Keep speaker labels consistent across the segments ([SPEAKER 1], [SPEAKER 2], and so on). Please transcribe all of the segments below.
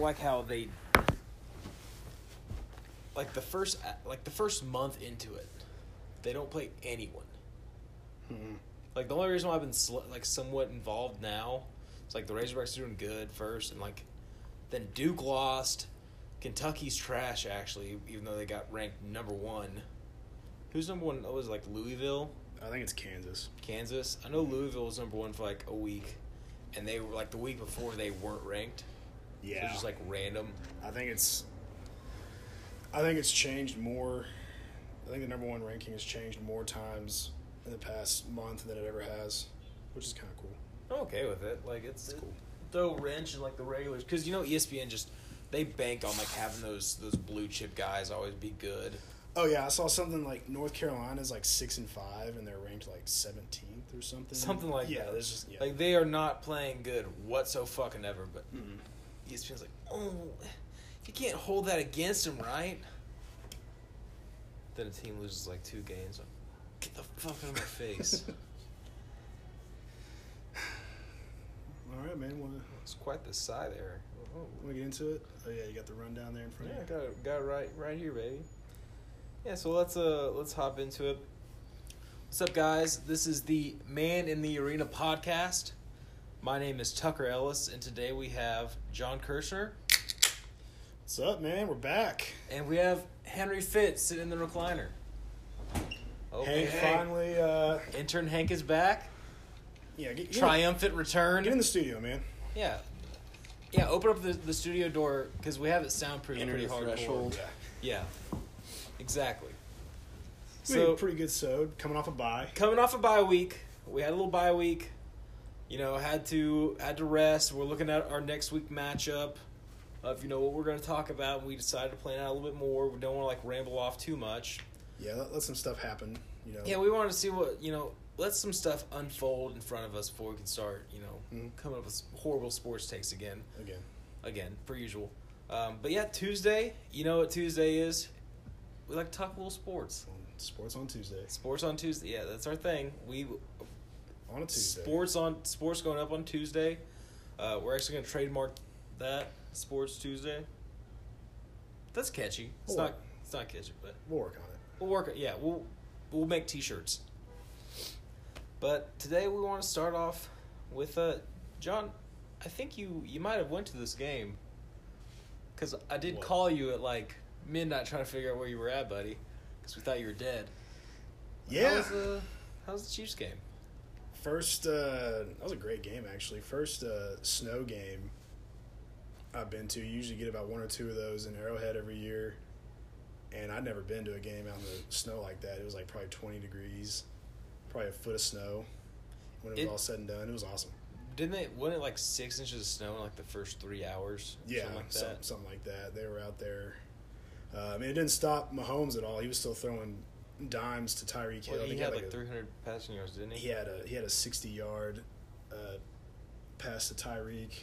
[SPEAKER 1] like how they like the first like the first month into it, they don't play anyone. Like the only reason why I've been sl- like somewhat involved now, is like the Razorbacks are doing good first, and like then Duke lost. Kentucky's trash actually, even though they got ranked number one. Who's number one? It was like Louisville.
[SPEAKER 2] I think it's Kansas.
[SPEAKER 1] Kansas. I know Louisville was number one for like a week, and they were like the week before they weren't ranked. So
[SPEAKER 2] Yeah.
[SPEAKER 1] it's just like random.
[SPEAKER 2] I think it's. I think it's changed more. I think the number one ranking has changed more times in the past month than it ever has, which is kind of cool.
[SPEAKER 1] I'm okay with it. Like it's,
[SPEAKER 2] It's
[SPEAKER 1] cool.
[SPEAKER 2] cool.
[SPEAKER 1] Throw a wrench in like the regulars because you know E ESPN just they bank on like having those those blue chip guys always be good.
[SPEAKER 2] Oh yeah, I saw something like North Carolina's like six and five, and they're ranked like seventeenth or something.
[SPEAKER 1] Something like
[SPEAKER 2] yeah,
[SPEAKER 1] that.
[SPEAKER 2] There's just yeah.
[SPEAKER 1] Like they are not playing good whatso fucking ever. But
[SPEAKER 2] Mm.
[SPEAKER 1] ESPN's like, oh, you can't hold that against them, right? Then a team loses like two games. I'm, Get the fuck out of my face.
[SPEAKER 2] All right, man. Want
[SPEAKER 1] it's quite the side error.
[SPEAKER 2] to get into it? Oh yeah, you got the rundown there in front.
[SPEAKER 1] Yeah,
[SPEAKER 2] of you.
[SPEAKER 1] got it, got it right right here, baby. Yeah, so let's uh let's hop into it. What's up, guys? This is the Man in the Arena podcast. My name is Tucker Ellis, and today we have John Kirscher
[SPEAKER 2] What's up, man? We're back.
[SPEAKER 1] and we have Henry Fitz sitting in the recliner. Oh,
[SPEAKER 2] Hank finally. Uh,
[SPEAKER 1] Intern Hank is back.
[SPEAKER 2] yeah, get, get, in,
[SPEAKER 1] Triumphant return.
[SPEAKER 2] get in the studio, man.
[SPEAKER 1] yeah. Yeah, open up the, the studio door because we have it soundproof
[SPEAKER 3] Enter
[SPEAKER 1] pretty
[SPEAKER 3] the
[SPEAKER 1] hardcore.
[SPEAKER 3] threshold.
[SPEAKER 2] Yeah.
[SPEAKER 1] Yeah. Exactly.
[SPEAKER 2] So pretty good sewed. Coming off a bye.
[SPEAKER 1] coming off a bye week. We had a little bye week. You know, had to had to rest. We're looking at our next week matchup of you know what we're going to talk about. We decided to plan out a little bit more. We don't want to like ramble off too much.
[SPEAKER 2] Yeah, let, let some stuff happen. You know.
[SPEAKER 1] Yeah, we wanted to see what you know. Let some stuff unfold in front of us before we can start. You know,
[SPEAKER 2] Mhm.
[SPEAKER 1] coming up with horrible sports takes again,
[SPEAKER 2] Again.
[SPEAKER 1] again per usual. Um, but yeah, Tuesday. You know what Tuesday is? We like to talk a little sports.
[SPEAKER 2] On sports on Tuesday.
[SPEAKER 1] Sports on Tuesday. Yeah, that's our thing. We
[SPEAKER 2] On a Tuesday.
[SPEAKER 1] Sports on sports going up on Tuesday. Uh, we're actually gonna trademark that Sports Tuesday. That's catchy. It's
[SPEAKER 2] Cool.
[SPEAKER 1] not. It's not catchy, but
[SPEAKER 2] We'll work on it.
[SPEAKER 1] we'll work. it. Yeah, we'll we'll make T-shirts. But today we want to start off with uh, John. I think you you might have went to this game because I did
[SPEAKER 2] What?
[SPEAKER 1] call you at like midnight trying to figure out where you were at, buddy, because we thought you were dead. How
[SPEAKER 2] Yeah.
[SPEAKER 1] was uh, the How was the Chiefs game?
[SPEAKER 2] First, uh, that was a great game actually. First uh, snow game I've been to. You usually get about one or two of those in Arrowhead every year, and I'd never been to a game out in the snow like that. It was like probably twenty degrees, probably a foot of snow. When it was
[SPEAKER 1] It-
[SPEAKER 2] all said and done, it was awesome.
[SPEAKER 1] Didn't they? Wasn't it like six inches of snow in like the first three hours?
[SPEAKER 2] Yeah,
[SPEAKER 1] something like
[SPEAKER 2] some-
[SPEAKER 1] that.
[SPEAKER 2] something like that. They were out there. Uh, I mean, it didn't stop Mahomes at all. He was still throwing dimes to Tyreek Hill.
[SPEAKER 1] Well,
[SPEAKER 2] I
[SPEAKER 1] he
[SPEAKER 2] think
[SPEAKER 1] had like,
[SPEAKER 2] a-
[SPEAKER 1] 300 passing yards, didn't he?
[SPEAKER 2] He had a he had a sixty yard uh, pass to Tyreek.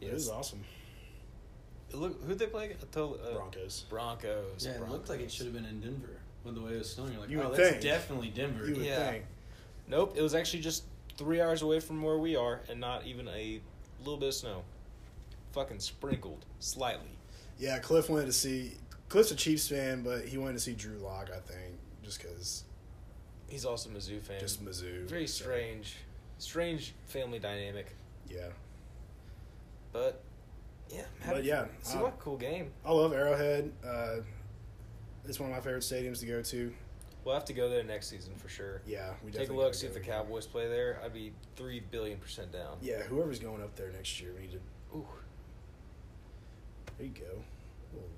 [SPEAKER 2] It was
[SPEAKER 1] Yes.
[SPEAKER 2] awesome.
[SPEAKER 1] Look, who'd they play? against? Uh,
[SPEAKER 2] Broncos.
[SPEAKER 1] Broncos.
[SPEAKER 3] Yeah, it looked like it
[SPEAKER 1] Broncos.
[SPEAKER 3] should have been in Denver with the way it was snowing. You're like,
[SPEAKER 2] You
[SPEAKER 3] oh,
[SPEAKER 2] would
[SPEAKER 3] that's
[SPEAKER 2] think.
[SPEAKER 3] definitely Denver.
[SPEAKER 2] You would
[SPEAKER 1] Yeah.
[SPEAKER 2] think.
[SPEAKER 1] Nope, it was actually just three hours away from where we are, and not even a little bit of snow. Fucking sprinkled slightly.
[SPEAKER 2] Yeah, Cliff wanted to see. Cliff's a Chiefs fan, but he wanted to see Drew Lock. I think, just because,
[SPEAKER 1] He's also a Mizzou fan.
[SPEAKER 2] just Mizzou.
[SPEAKER 1] Very
[SPEAKER 2] So,
[SPEAKER 1] strange, strange family dynamic.
[SPEAKER 2] Yeah,
[SPEAKER 1] But yeah,
[SPEAKER 2] But, yeah,
[SPEAKER 1] see
[SPEAKER 2] uh,
[SPEAKER 1] what a cool game.
[SPEAKER 2] I love Arrowhead. Uh, it's one of my favorite stadiums to go to.
[SPEAKER 1] We'll have to go there next season for sure.
[SPEAKER 2] Yeah, we
[SPEAKER 1] Take a
[SPEAKER 2] definitely
[SPEAKER 1] look,
[SPEAKER 2] gotta
[SPEAKER 1] see if
[SPEAKER 2] go
[SPEAKER 1] the
[SPEAKER 2] there.
[SPEAKER 1] Cowboys play there. I'd be three billion percent down.
[SPEAKER 2] Yeah, Oh, whoever's going up there next year, we need to.
[SPEAKER 1] Ooh,
[SPEAKER 2] There you go. Little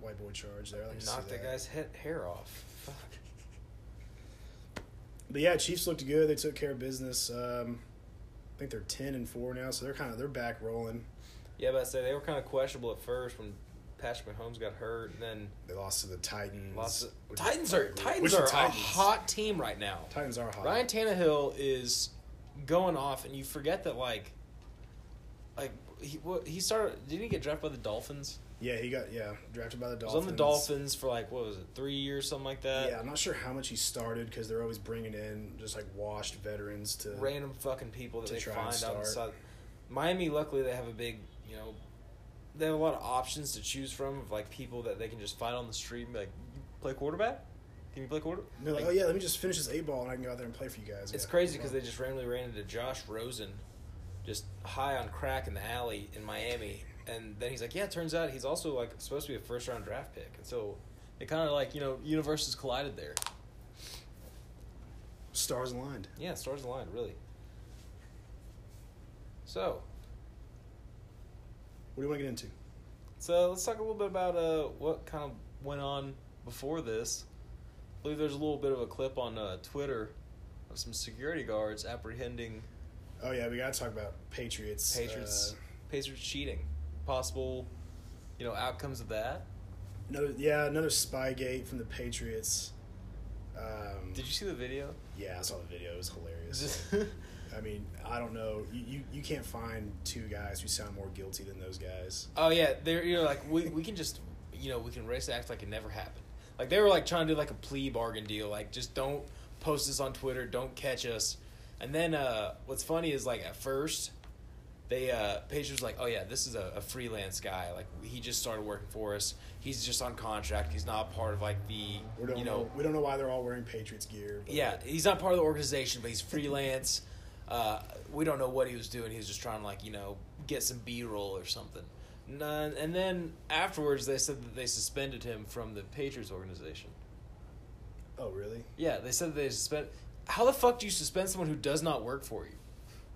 [SPEAKER 2] white boy charge there. I like to see
[SPEAKER 1] knock that guy's head, hair off. Fuck.
[SPEAKER 2] But yeah, Chiefs looked good. They took care of business. Um, I think they're ten and four now, so they're kind of they're back rolling.
[SPEAKER 1] Yeah, but I say they were kind of questionable at first when Patrick Mahomes got hurt, and then
[SPEAKER 2] They lost to the Titans.
[SPEAKER 1] lots of
[SPEAKER 2] which-
[SPEAKER 1] Titans are
[SPEAKER 2] which
[SPEAKER 1] Titans
[SPEAKER 2] the
[SPEAKER 1] are
[SPEAKER 2] Titans-
[SPEAKER 1] a hot team right now.
[SPEAKER 2] Titans are hot.
[SPEAKER 1] Ryan Tannehill is going off, and you forget that like, like he what, he started didn't he get drafted by the Dolphins?
[SPEAKER 2] yeah, he got yeah drafted by
[SPEAKER 1] He
[SPEAKER 2] the
[SPEAKER 1] was
[SPEAKER 2] Dolphins.
[SPEAKER 1] on the Dolphins for like what was it three years something like that.
[SPEAKER 2] Yeah, I'm not sure how much he started because they're always bringing in just like washed veterans to.
[SPEAKER 1] random fucking people that
[SPEAKER 2] to
[SPEAKER 1] they
[SPEAKER 2] try and
[SPEAKER 1] find outside.
[SPEAKER 2] start.
[SPEAKER 1] Miami, luckily, they have a big, you know, they have a lot of options to choose from of like people that they can just find on the street and be like, "You play quarterback? Can you play quarter?
[SPEAKER 2] And they're like, oh yeah, let me just finish this eight ball and I can go out there and play for you guys.
[SPEAKER 1] It's
[SPEAKER 2] Yeah.
[SPEAKER 1] crazy because they just randomly ran into Josh Rosen, just high on crack in the alley in Miami, and then he's like, "Yeah, it turns out he's also like supposed to be a first round draft pick," and so it kind of like you know universes collided there.
[SPEAKER 2] stars aligned.
[SPEAKER 1] Yeah, stars aligned, really. So,
[SPEAKER 2] What do you want to get into?
[SPEAKER 1] so let's talk a little bit about uh, what kind of went on before this. I believe there's a little bit of a clip on uh, Twitter of some security guards apprehending
[SPEAKER 2] Oh yeah, we gotta talk about Patriots.
[SPEAKER 1] Patriots
[SPEAKER 2] Uh,
[SPEAKER 1] Patriots cheating. Possible, you know, outcomes of that.
[SPEAKER 2] another yeah, another Spygate from the Patriots. Um,
[SPEAKER 1] Did you see the video?
[SPEAKER 2] Yeah, I saw the video. It was hilarious.
[SPEAKER 1] oh
[SPEAKER 2] I mean, I don't know. You, you you can't find two guys who sound more guilty than those guys.
[SPEAKER 1] Oh, yeah, they're you know like we we can just you know we can race act like it never happened. Like they were like trying to do like a plea bargain deal. Like just don't post this on Twitter. Don't catch us. And then uh, what's funny is like at first. They uh Paige was like, Oh yeah, this is a, a freelance guy. Like he just started working for us. He's just on contract. He's not part of like the
[SPEAKER 2] We don't
[SPEAKER 1] you
[SPEAKER 2] know,
[SPEAKER 1] know,
[SPEAKER 2] We don't know why they're all wearing Patriots gear. But
[SPEAKER 1] Yeah, he's not part of the organization, but he's freelance. Uh, we don't know what he was doing. He was just trying to like you know get some B roll or something. None, and then afterwards, they said that they suspended him from the Patriots organization.
[SPEAKER 2] Oh really?
[SPEAKER 1] Yeah, they said that they suspend. How the fuck do you suspend someone who does not work for you?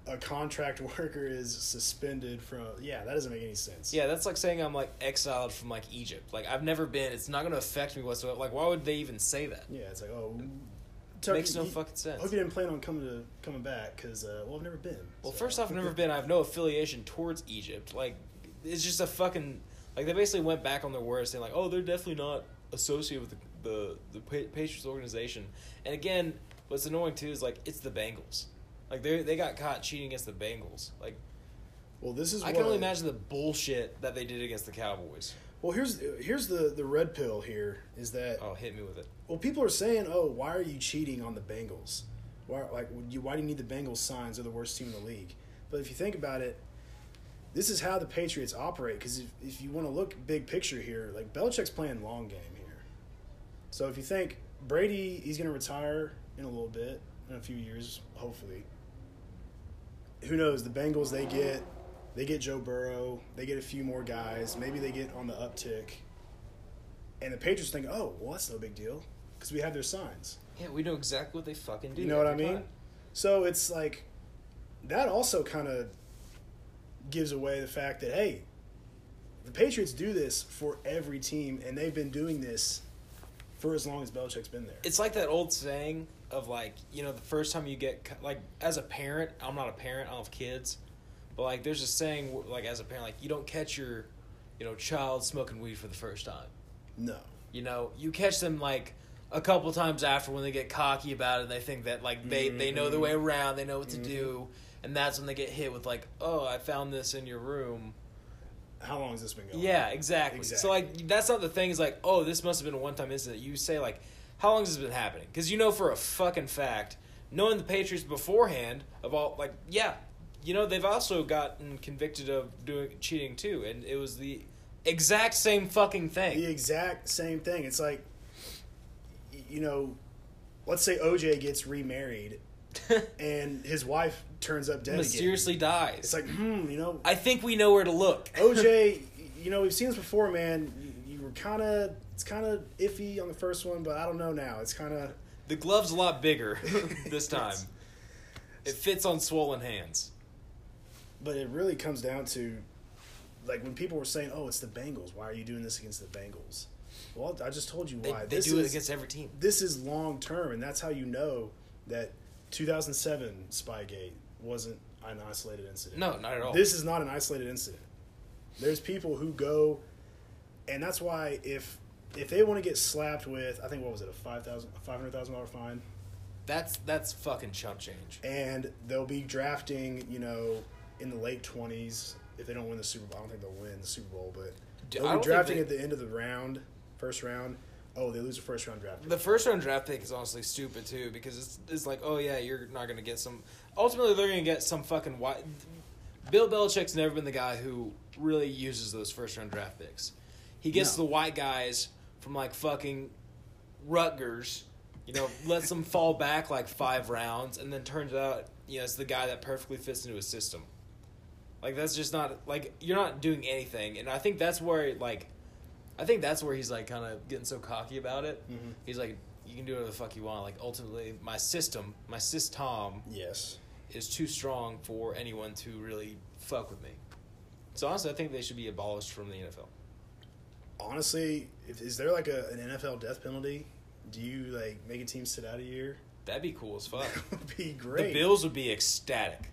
[SPEAKER 2] A contract worker is suspended from. Yeah, that doesn't make any sense.
[SPEAKER 1] Yeah, that's like saying I'm like exiled from like Egypt. Like I've never been. It's not going to affect me whatsoever. Like why would they even say that?
[SPEAKER 2] Yeah, it's like oh.
[SPEAKER 1] Makes no
[SPEAKER 2] you-
[SPEAKER 1] fucking sense.
[SPEAKER 2] Hope you didn't plan on coming to coming back because uh, well I've never been.
[SPEAKER 1] Well,
[SPEAKER 2] so.
[SPEAKER 1] first off, I've never been. I have no affiliation towards Egypt. Like, it's just a fucking like they basically went back on their words, saying like, oh, they're definitely not associated with the the, the Pa- Patriots organization. And again, what's annoying too is like it's the Bengals. Like they they got caught cheating against the Bengals. Like
[SPEAKER 2] Well, this is
[SPEAKER 1] I can only
[SPEAKER 2] what-
[SPEAKER 1] imagine the bullshit that they did against the Cowboys.
[SPEAKER 2] Well, here's here's the the red pill here is that
[SPEAKER 1] Oh, hit me with it.
[SPEAKER 2] well people are saying oh why are you cheating on the Bengals why like you, why do you need the Bengals signs they're the worst team in the league but if you think about it this is how the Patriots operate because if if you want to look big picture here like Belichick's playing long game here so if you think Brady he's going to retire in a little bit in a few years hopefully who knows the Bengals they get they get Joe Burrow they get a few more guys maybe they get on the uptick. And the Patriots think, oh, well, that's no big deal because we have their signs.
[SPEAKER 1] Yeah, we know exactly what they fucking do.
[SPEAKER 2] you know what I
[SPEAKER 1] every
[SPEAKER 2] mean?
[SPEAKER 1] time.
[SPEAKER 2] So it's like that also kind of gives away the fact that, hey, the Patriots do this for every team, and they've been doing this for as long as Belichick's been there.
[SPEAKER 1] it's like that old saying of like you know the first time you get cu- like as a parent i'm not a parent i don't have kids but like there's a saying wh- like as a parent like you don't catch your you know child smoking weed for the first time
[SPEAKER 2] no.
[SPEAKER 1] you know you catch them like a couple times after when they get cocky about it and they think that like they they know their way around they know what to do and that's when they get hit with like oh i found this in your room
[SPEAKER 2] How long has this been going
[SPEAKER 1] yeah, exactly. So
[SPEAKER 2] Exactly.
[SPEAKER 1] like that's not the thing. Is like, oh, this must have been a one time incident. You say like, how long has this been happening? Because you know for a fucking fact, knowing the Patriots beforehand of all like, yeah, you know they've also gotten convicted of doing cheating too, and it was the exact same fucking thing.
[SPEAKER 2] The exact same thing. It's like, y- you know, let's say OJ gets remarried and his wife turns up dead. again.
[SPEAKER 1] Mysteriously dies.
[SPEAKER 2] It's like, hmm, you know,
[SPEAKER 1] I think we know where to look.
[SPEAKER 2] OJ, you know, we've seen this before, man. You, you were kind of, it's kind of iffy on the first one, but I don't know now. It's kind of,
[SPEAKER 1] the glove's a lot bigger this
[SPEAKER 2] Yes.
[SPEAKER 1] time. It fits on swollen hands.
[SPEAKER 2] but it really comes down to, like, when people were saying, oh, it's the Bengals. Why are you doing this against the Bengals? Well, I just told you
[SPEAKER 1] They,
[SPEAKER 2] why.
[SPEAKER 1] they
[SPEAKER 2] this
[SPEAKER 1] do
[SPEAKER 2] is,
[SPEAKER 1] it against every team.
[SPEAKER 2] This is long term, and that's how you know that 2007 Spygate wasn't an isolated incident.
[SPEAKER 1] No, not at all.
[SPEAKER 2] This is not an isolated incident. There's people who go, and that's why if if they want to get slapped with, I think what was it, a five thousand, a five hundred thousand dollar fine,
[SPEAKER 1] that's that's fucking chump change.
[SPEAKER 2] and they'll be drafting, you know, in the late twenties if they don't win the Super Bowl. I don't think they'll win the Super Bowl, but
[SPEAKER 1] D- I
[SPEAKER 2] they'll
[SPEAKER 1] don't
[SPEAKER 2] be
[SPEAKER 1] think
[SPEAKER 2] drafting
[SPEAKER 1] they-
[SPEAKER 2] at the end of the round, first round. Oh, they lose the first round draft. pick.
[SPEAKER 1] The first round draft pick is honestly stupid too because it's it's like oh yeah you're not gonna get some ultimately they're gonna get some fucking white Bill Belichick's never been the guy who really uses those first round draft picks. He gets
[SPEAKER 3] No.
[SPEAKER 1] the white guys from like fucking Rutgers, you know, lets them fall back like five rounds, and then turns out, you know, it's the guy that perfectly fits into his system. Like that's just not like you're not doing anything, and I think that's where like, I think that's where he's like kind of getting so cocky about it.
[SPEAKER 2] Mhm.
[SPEAKER 1] He's like, you can do whatever the fuck you want. Like ultimately, my system, my system
[SPEAKER 2] Yes.
[SPEAKER 1] is too strong for anyone to really fuck with me. So honestly, I think they should be abolished from the NFL.
[SPEAKER 2] Honestly, if, is there like a, an NFL death penalty? Do you like make a team sit out a year?
[SPEAKER 1] That'd be cool as fuck.
[SPEAKER 2] That would be great.
[SPEAKER 1] the Bills would be ecstatic.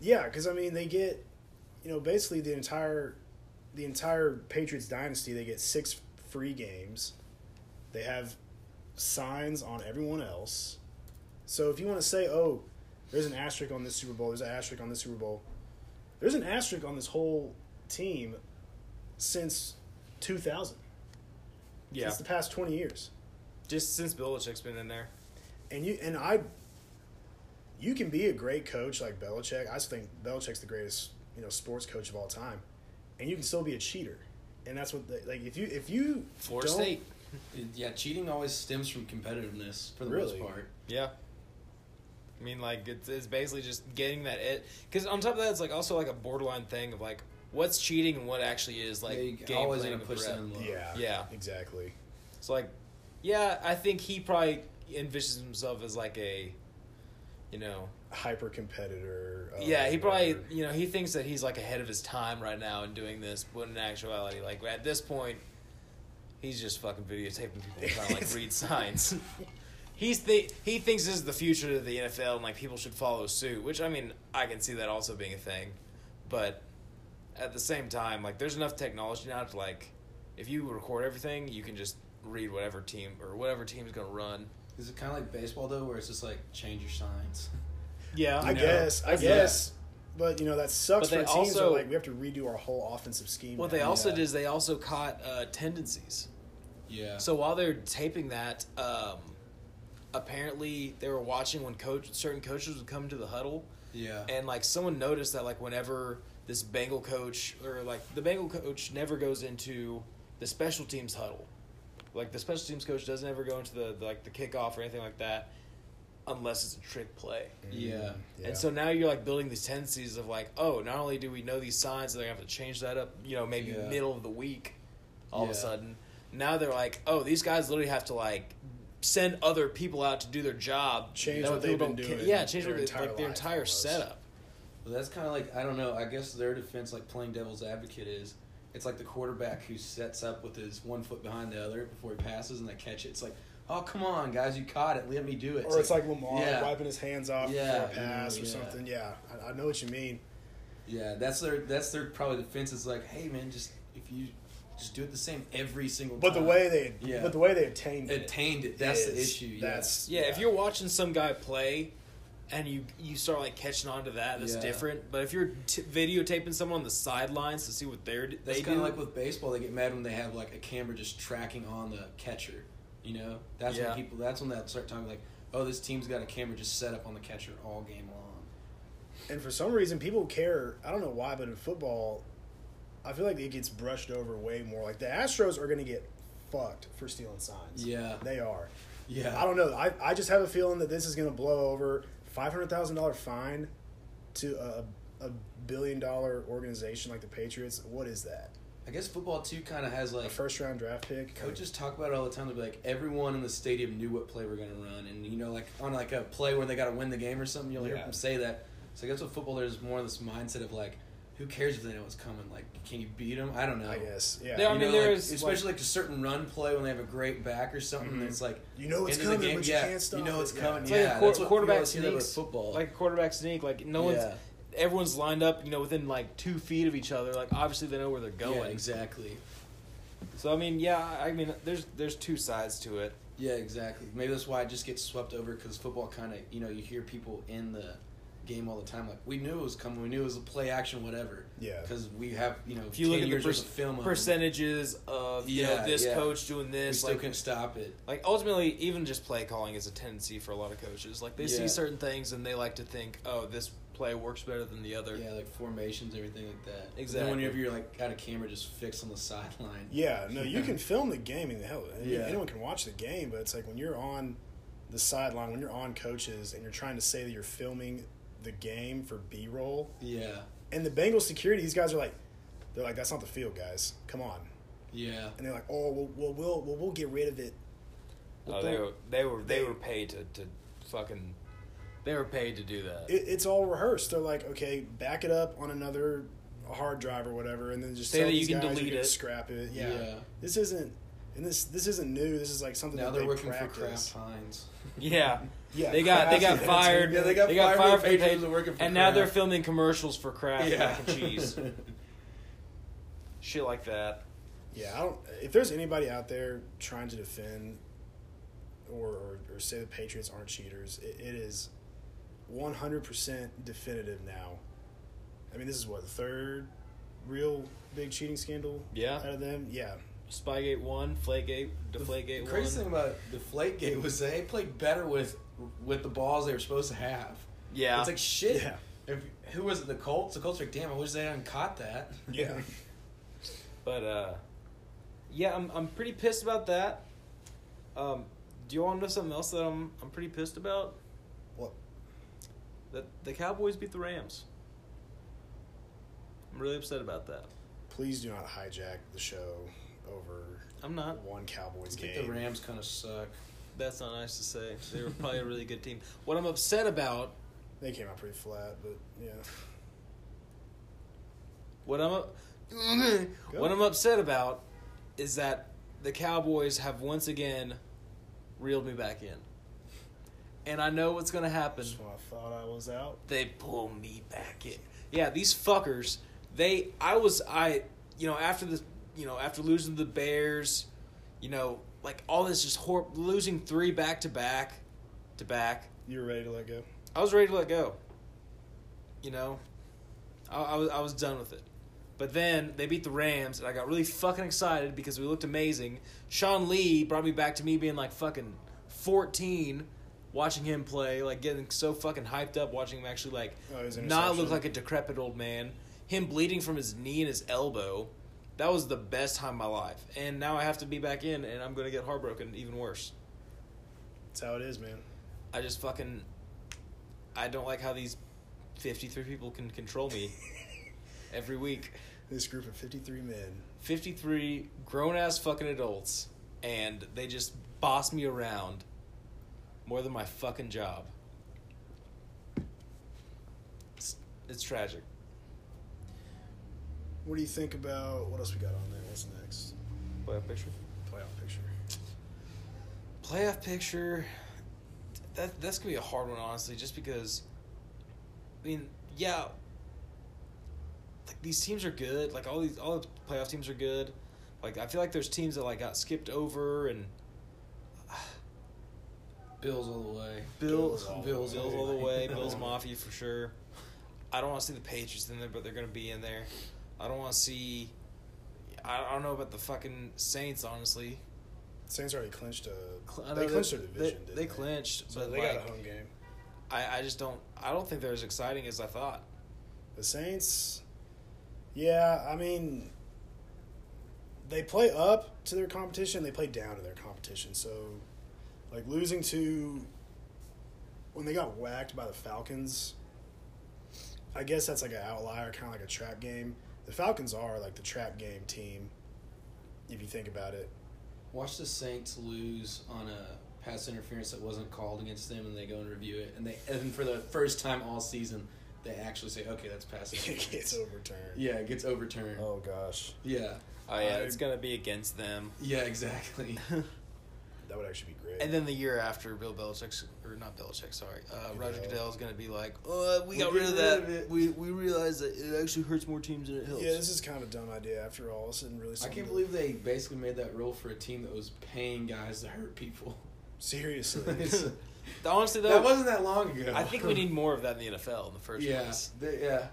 [SPEAKER 2] Yeah, because I mean they get, you know, basically the entire, the entire Patriots dynasty. They get six free games. They have signs on everyone else. So if you want to say, oh, there's an asterisk on this Super Bowl, there's an asterisk on this Super Bowl, there's an asterisk on this whole team since 2000.
[SPEAKER 1] Yeah,
[SPEAKER 2] Since the past 20 years.
[SPEAKER 1] just since Belichick's been in there.
[SPEAKER 2] and you and I, you can be a great coach like Belichick. I just think Belichick's the greatest you know sports coach of all time, and you can still be a cheater, and that's what they, like if you if you
[SPEAKER 1] Florida
[SPEAKER 2] don't-
[SPEAKER 1] State.
[SPEAKER 3] Yeah, cheating always stems from competitiveness for the
[SPEAKER 2] Really?
[SPEAKER 3] most part.
[SPEAKER 1] Yeah. I mean, like it's, it's basically just getting that it because on top of that, it's like also like a borderline thing of like what's cheating and what actually is like
[SPEAKER 3] They
[SPEAKER 1] game
[SPEAKER 3] always
[SPEAKER 1] planning
[SPEAKER 3] gonna
[SPEAKER 1] with
[SPEAKER 3] push
[SPEAKER 1] the ref.
[SPEAKER 3] them low.
[SPEAKER 2] yeah
[SPEAKER 1] Yeah.
[SPEAKER 2] exactly
[SPEAKER 1] So like, yeah, I think he probably envisions himself as like a, you know,
[SPEAKER 2] hyper competitor.
[SPEAKER 3] Oh,
[SPEAKER 2] uh,
[SPEAKER 1] yeah, he probably
[SPEAKER 2] whatever.
[SPEAKER 1] you know he thinks that he's like ahead of his time right now in doing this, but in actuality, like at this point, he's just fucking videotaping people trying to like read signs. He's the he thinks this is the future of the NFL and like people should follow suit, which I mean I can see that also being a thing, but at the same time, like there's enough technology now to like if you record everything, you can just read whatever team or whatever team's gonna run.
[SPEAKER 3] Is it kind of like baseball though, where it's just like change your signs?
[SPEAKER 1] Yeah,
[SPEAKER 2] I
[SPEAKER 3] No.
[SPEAKER 2] guess I
[SPEAKER 3] That's-
[SPEAKER 2] guess. But you know that
[SPEAKER 1] But
[SPEAKER 2] sucks for
[SPEAKER 1] they
[SPEAKER 2] teams. that,
[SPEAKER 1] also-
[SPEAKER 2] like we have to redo our whole offensive scheme.
[SPEAKER 1] What
[SPEAKER 2] now.
[SPEAKER 1] they also
[SPEAKER 3] Yeah.
[SPEAKER 1] did is they also caught uh, tendencies.
[SPEAKER 3] Yeah.
[SPEAKER 1] So while they're taping that, um, apparently they were watching when coach certain coaches would come to the huddle,
[SPEAKER 3] yeah.
[SPEAKER 1] and like someone noticed that like whenever this Bengal coach or like the Bengal coach never goes into the special teams huddle, like the special teams coach doesn't ever go into the, the like the kickoff or anything like that, unless it's a trick play.
[SPEAKER 3] yeah.
[SPEAKER 2] Mm, Yeah.
[SPEAKER 1] And so now you're like building these tendencies of like, oh, not only do we know these signs, they're gonna have to change that up, you know, maybe
[SPEAKER 3] Yeah.
[SPEAKER 1] middle of the week, all of a
[SPEAKER 3] Yeah.
[SPEAKER 1] sudden. Now they're like, oh, these guys literally have to like send other people out to do their job.
[SPEAKER 2] Change
[SPEAKER 1] That
[SPEAKER 2] what
[SPEAKER 1] people
[SPEAKER 2] they've been
[SPEAKER 1] don't ca-
[SPEAKER 2] doing
[SPEAKER 1] Yeah, change
[SPEAKER 2] their
[SPEAKER 1] what they,
[SPEAKER 2] entire
[SPEAKER 1] like their
[SPEAKER 2] life
[SPEAKER 1] entire
[SPEAKER 2] almost.
[SPEAKER 1] setup.
[SPEAKER 3] Well, that's kind of like I don't know. I guess their defense, like playing devil's advocate, is it's like the quarterback who sets up with his one foot behind the other before he passes and they catch it. It's like, oh come on, guys, you caught it. Let me do it.
[SPEAKER 2] or it's like Lamar
[SPEAKER 3] yeah.
[SPEAKER 2] wiping his hands off
[SPEAKER 3] Yeah,
[SPEAKER 2] for a pass
[SPEAKER 3] yeah.
[SPEAKER 2] or something. Yeah, I, I know what you mean.
[SPEAKER 3] yeah, that's their that's their probably defense is like, hey man, just if you just do it the same every single
[SPEAKER 2] But the
[SPEAKER 3] time.
[SPEAKER 2] way they,
[SPEAKER 3] Yeah.
[SPEAKER 2] but the way they obtained it,
[SPEAKER 3] attained it, that's the
[SPEAKER 2] is-
[SPEAKER 3] issue. Yeah.
[SPEAKER 2] That's
[SPEAKER 1] Yeah, if you're watching some guy play and you you start like catching on to that, that's
[SPEAKER 3] Yeah.
[SPEAKER 1] different. But if you're t- videotaping someone on the sidelines to see what they're d-
[SPEAKER 3] That's
[SPEAKER 1] they
[SPEAKER 3] kind
[SPEAKER 1] do,
[SPEAKER 3] of like with baseball. They get mad when they have like a camera just tracking on the catcher. You know, that's
[SPEAKER 1] Yeah.
[SPEAKER 3] when people. That's when they'll start talking like, "Oh, this team's got a camera just set up on the catcher all game long."
[SPEAKER 2] and for some reason people care. I don't know why, but in football, I feel like it gets brushed over way more. Like the Astros are going to get fucked for stealing signs.
[SPEAKER 3] Yeah.
[SPEAKER 2] they are.
[SPEAKER 3] Yeah,
[SPEAKER 2] I don't know. I I just have a feeling that this is going to blow over five hundred thousand dollar fine to a a billion dollar organization like the Patriots. What is that?
[SPEAKER 3] I guess football too kind of has
[SPEAKER 2] A
[SPEAKER 3] like
[SPEAKER 2] first round draft pick.
[SPEAKER 3] coaches talk about it all the time. They're like, everyone in the stadium knew what play we're gonna run, and you know, like on like a play where they got to win the game or something, you'll hear
[SPEAKER 2] Yeah.
[SPEAKER 3] them say that. So I guess with football, there's more of this mindset of like, who cares if they know what's coming? Like, can you beat them? I don't know.
[SPEAKER 2] I guess. Yeah.
[SPEAKER 1] They I are-
[SPEAKER 3] You
[SPEAKER 1] mean,
[SPEAKER 3] know,
[SPEAKER 1] there
[SPEAKER 3] like,
[SPEAKER 1] is,
[SPEAKER 3] especially like, a certain run play when they have a great back or something. and It's like
[SPEAKER 2] You Mm-hmm. know it's
[SPEAKER 3] end of the
[SPEAKER 2] coming, but you
[SPEAKER 3] yeah,
[SPEAKER 2] can't stop
[SPEAKER 3] You know
[SPEAKER 2] it,
[SPEAKER 3] it's
[SPEAKER 2] yeah.
[SPEAKER 3] coming.
[SPEAKER 1] It's
[SPEAKER 3] Yeah,
[SPEAKER 1] like a quar-
[SPEAKER 3] that's what
[SPEAKER 1] quarterback
[SPEAKER 3] you always hear that with
[SPEAKER 1] sneaks,
[SPEAKER 3] football.
[SPEAKER 1] like a quarterback sneak. Like no one's,
[SPEAKER 3] Yeah.
[SPEAKER 1] everyone's lined up. You know, within like two feet of each other. Like obviously they know where they're going.
[SPEAKER 3] yeah, exactly.
[SPEAKER 1] So I mean, yeah, I I mean, there's there's two sides to it.
[SPEAKER 3] Yeah, exactly. Maybe that's why it just gets swept over because football kind of you know you hear people in the game all the time like we knew it was coming, we knew it was a play action, whatever.
[SPEAKER 2] Yeah.
[SPEAKER 3] Because we have you know
[SPEAKER 1] If you
[SPEAKER 3] 10
[SPEAKER 1] look at the
[SPEAKER 3] years worth
[SPEAKER 1] perc-
[SPEAKER 3] of film of them,
[SPEAKER 1] percentages of you know
[SPEAKER 3] Yeah,
[SPEAKER 1] this
[SPEAKER 3] yeah.
[SPEAKER 1] coach doing
[SPEAKER 3] we
[SPEAKER 1] this,
[SPEAKER 3] still
[SPEAKER 1] like
[SPEAKER 3] couldn't stop it.
[SPEAKER 1] like ultimately even just play calling is a tendency for a lot of coaches. Like they see
[SPEAKER 3] Yeah.
[SPEAKER 1] certain things and they like to think, oh, this play works better than the other.
[SPEAKER 3] Yeah, like formations, everything like that. And then
[SPEAKER 1] Exactly.
[SPEAKER 3] whenever you're like got a camera just fixed on the sideline.
[SPEAKER 2] Yeah, no, you can film the game. I mean, hell, any-
[SPEAKER 3] Yeah.
[SPEAKER 2] anyone can watch the game, but it's like when you're on the sideline, when you're on coaches, and you're trying to say that you're filming the game for B roll,
[SPEAKER 3] Yeah.
[SPEAKER 2] and the Bengals security, these guys are like, they're like, that's not the field, guys. Come on,
[SPEAKER 3] Yeah.
[SPEAKER 2] and they're like, oh, well, well, we'll, well, we'll get rid of it.
[SPEAKER 1] Oh, they were they were they were paid to, to fucking they were paid to do that.
[SPEAKER 2] it. It's all rehearsed. They're like, okay, back it up on another hard drive or whatever, and then just
[SPEAKER 1] Say
[SPEAKER 2] tell
[SPEAKER 1] that you
[SPEAKER 2] these
[SPEAKER 1] can
[SPEAKER 2] guys you're
[SPEAKER 1] delete
[SPEAKER 2] gonna
[SPEAKER 1] it.
[SPEAKER 2] scrap it. Yeah.
[SPEAKER 3] Yeah.
[SPEAKER 2] this isn't. And this this isn't new. This is like something
[SPEAKER 3] Now
[SPEAKER 2] that
[SPEAKER 3] they're
[SPEAKER 2] they
[SPEAKER 3] working for
[SPEAKER 2] practice.
[SPEAKER 3] Kraft Hines.
[SPEAKER 1] yeah.
[SPEAKER 2] Yeah,
[SPEAKER 1] They got they got
[SPEAKER 2] Kraft-
[SPEAKER 1] fired.
[SPEAKER 3] Yeah, they got fired
[SPEAKER 1] fired
[SPEAKER 3] for
[SPEAKER 1] from
[SPEAKER 3] Patriots
[SPEAKER 1] Pat-
[SPEAKER 3] and working for
[SPEAKER 1] and now they're
[SPEAKER 3] Kraft.
[SPEAKER 1] filming commercials for Kraft mac and cheese, shit like that.
[SPEAKER 2] Yeah, I don't. If there's anybody out there trying to defend or or, or say the Patriots aren't cheaters, it, it is one hundred percent definitive now. I mean, this is what the third real big cheating scandal.
[SPEAKER 1] Yeah.
[SPEAKER 2] out of them. Yeah,
[SPEAKER 1] Spygate one, Flategate, Deflategate
[SPEAKER 3] the
[SPEAKER 1] one.
[SPEAKER 3] crazy thing about Deflategate was they played better with with the balls they were supposed to have.
[SPEAKER 1] yeah,
[SPEAKER 3] It's like shit.
[SPEAKER 2] Yeah.
[SPEAKER 3] If, who was it? The Colts. The Colts were like, damn. I wish they hadn't caught that.
[SPEAKER 2] yeah.
[SPEAKER 1] But uh, yeah, I'm I'm pretty pissed about that. Um, do you want to know something else that I'm I'm pretty pissed about?
[SPEAKER 2] well,
[SPEAKER 1] That the Cowboys beat the Rams. I'm really upset about that.
[SPEAKER 2] please do not hijack the show over
[SPEAKER 1] I'm not.
[SPEAKER 2] one Cowboys
[SPEAKER 3] I
[SPEAKER 2] game.
[SPEAKER 3] think the Rams kind of suck.
[SPEAKER 1] That's not nice to say. They were probably a really good team. What I'm upset about,
[SPEAKER 2] They came out pretty flat, but yeah.
[SPEAKER 1] what I'm, up- what I'm upset about, is that the Cowboys have once again reeled me back in. And I know what's gonna happen.
[SPEAKER 2] Just when I thought I was out.
[SPEAKER 1] they pull me back in. Yeah, these fuckers. They, I was, I, you know, after the, you know, after losing to the Bears, you know, like all this just hor- losing three back to back, to back.
[SPEAKER 2] You were ready to let go.
[SPEAKER 1] I was ready to let go. You know, I, I was I was done with it. But then they beat the Rams, and I got really fucking excited because we looked amazing. Sean Lee brought me back to me being like fucking fourteen, watching him play, like getting so fucking hyped up, watching him actually like
[SPEAKER 2] Oh, his
[SPEAKER 1] not look
[SPEAKER 2] interception.
[SPEAKER 1] like a decrepit old man. Him bleeding from his knee and his elbow. That was the best time of my life. And now I have to be back in, and I'm gonna get heartbroken even worse.
[SPEAKER 2] That's how it is, man.
[SPEAKER 1] I just fucking I don't like how these 53 people can control me every week.
[SPEAKER 2] This group of fifty-three men.
[SPEAKER 1] 53 grown ass fucking adults and they just boss me around more than my fucking job. It's, it's tragic.
[SPEAKER 2] What do you think about what else we got on there? What's next?
[SPEAKER 1] Playoff picture.
[SPEAKER 2] Playoff picture.
[SPEAKER 1] Playoff picture that that's going to be a hard one honestly just because I mean, yeah, like these teams are good. Like all these, all the playoff teams are good. Like I feel like there's teams that like got skipped over and
[SPEAKER 3] Bills all the way.
[SPEAKER 1] Bills,
[SPEAKER 2] Bills all the
[SPEAKER 1] Bills,
[SPEAKER 2] way.
[SPEAKER 1] Bills all the way, Bills Mafia for sure. I don't want to see the Patriots in there, but they're gonna be in there. I don't want to see. I I don't know about the fucking Saints, honestly.
[SPEAKER 2] Saints already clinched a.
[SPEAKER 1] Cl- I
[SPEAKER 2] they
[SPEAKER 1] know
[SPEAKER 2] clinched
[SPEAKER 1] they-
[SPEAKER 2] their division.
[SPEAKER 1] they-
[SPEAKER 2] didn't
[SPEAKER 1] they clinched,
[SPEAKER 2] So
[SPEAKER 1] but,
[SPEAKER 2] they got
[SPEAKER 1] like-
[SPEAKER 2] a home game.
[SPEAKER 1] I, I just don't. I don't think they're as exciting as I thought.
[SPEAKER 2] The Saints. Yeah, I mean, they play up to their competition. They play down to their competition. So, like losing to when they got whacked by the Falcons. I guess that's like an outlier, kind of like a trap game. The Falcons are like the trap game team, if you think about it.
[SPEAKER 3] Watch the Saints lose on a pass interference that wasn't called against them, and they go and review it, and they and for the first time all season, they actually say, "Okay, that's pass
[SPEAKER 2] it gets
[SPEAKER 3] interference."
[SPEAKER 2] overturned.
[SPEAKER 3] yeah, it gets overturned.
[SPEAKER 2] Oh gosh,
[SPEAKER 3] Yeah,
[SPEAKER 1] Oh
[SPEAKER 2] yeah,
[SPEAKER 1] yeah,
[SPEAKER 2] I-
[SPEAKER 1] it's gonna be against them.
[SPEAKER 3] yeah, exactly.
[SPEAKER 2] that would actually be great.
[SPEAKER 1] And then the year after, Bill Belichick's or not Belichick, sorry, uh, Roger
[SPEAKER 2] Goodell.
[SPEAKER 1] Goodell's gonna be like, "Oh, we
[SPEAKER 3] We
[SPEAKER 1] got
[SPEAKER 3] get
[SPEAKER 1] rid of
[SPEAKER 3] rid
[SPEAKER 1] that.
[SPEAKER 3] of it."
[SPEAKER 1] we we realized that it actually hurts more teams than it helps."
[SPEAKER 2] yeah, this is kind of a dumb idea after all. This isn't really.
[SPEAKER 3] I
[SPEAKER 2] Something
[SPEAKER 3] can't
[SPEAKER 2] that-
[SPEAKER 3] believe they basically made that rule for a team that was paying guys to hurt people.
[SPEAKER 2] seriously.
[SPEAKER 3] It's-
[SPEAKER 1] Honestly, though,
[SPEAKER 3] that wasn't that long ago.
[SPEAKER 1] I think we need more of that in the NFL in the first
[SPEAKER 3] Yeah,
[SPEAKER 1] place.
[SPEAKER 3] th- yeah.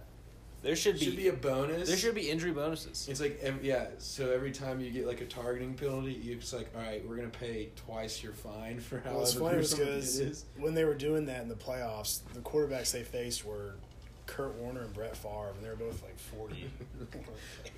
[SPEAKER 1] There should be,
[SPEAKER 3] Should be a bonus.
[SPEAKER 1] there should be injury bonuses.
[SPEAKER 3] It's like ev yeah, so every time you get like a targeting penalty, you it's like, all right, we're gonna pay twice your fine for how
[SPEAKER 2] Well, it's funny
[SPEAKER 3] something it
[SPEAKER 2] because
[SPEAKER 3] is.
[SPEAKER 2] when they were doing that in the playoffs, the quarterbacks they faced were Kurt Warner and Brett Favre, and they were both like forty.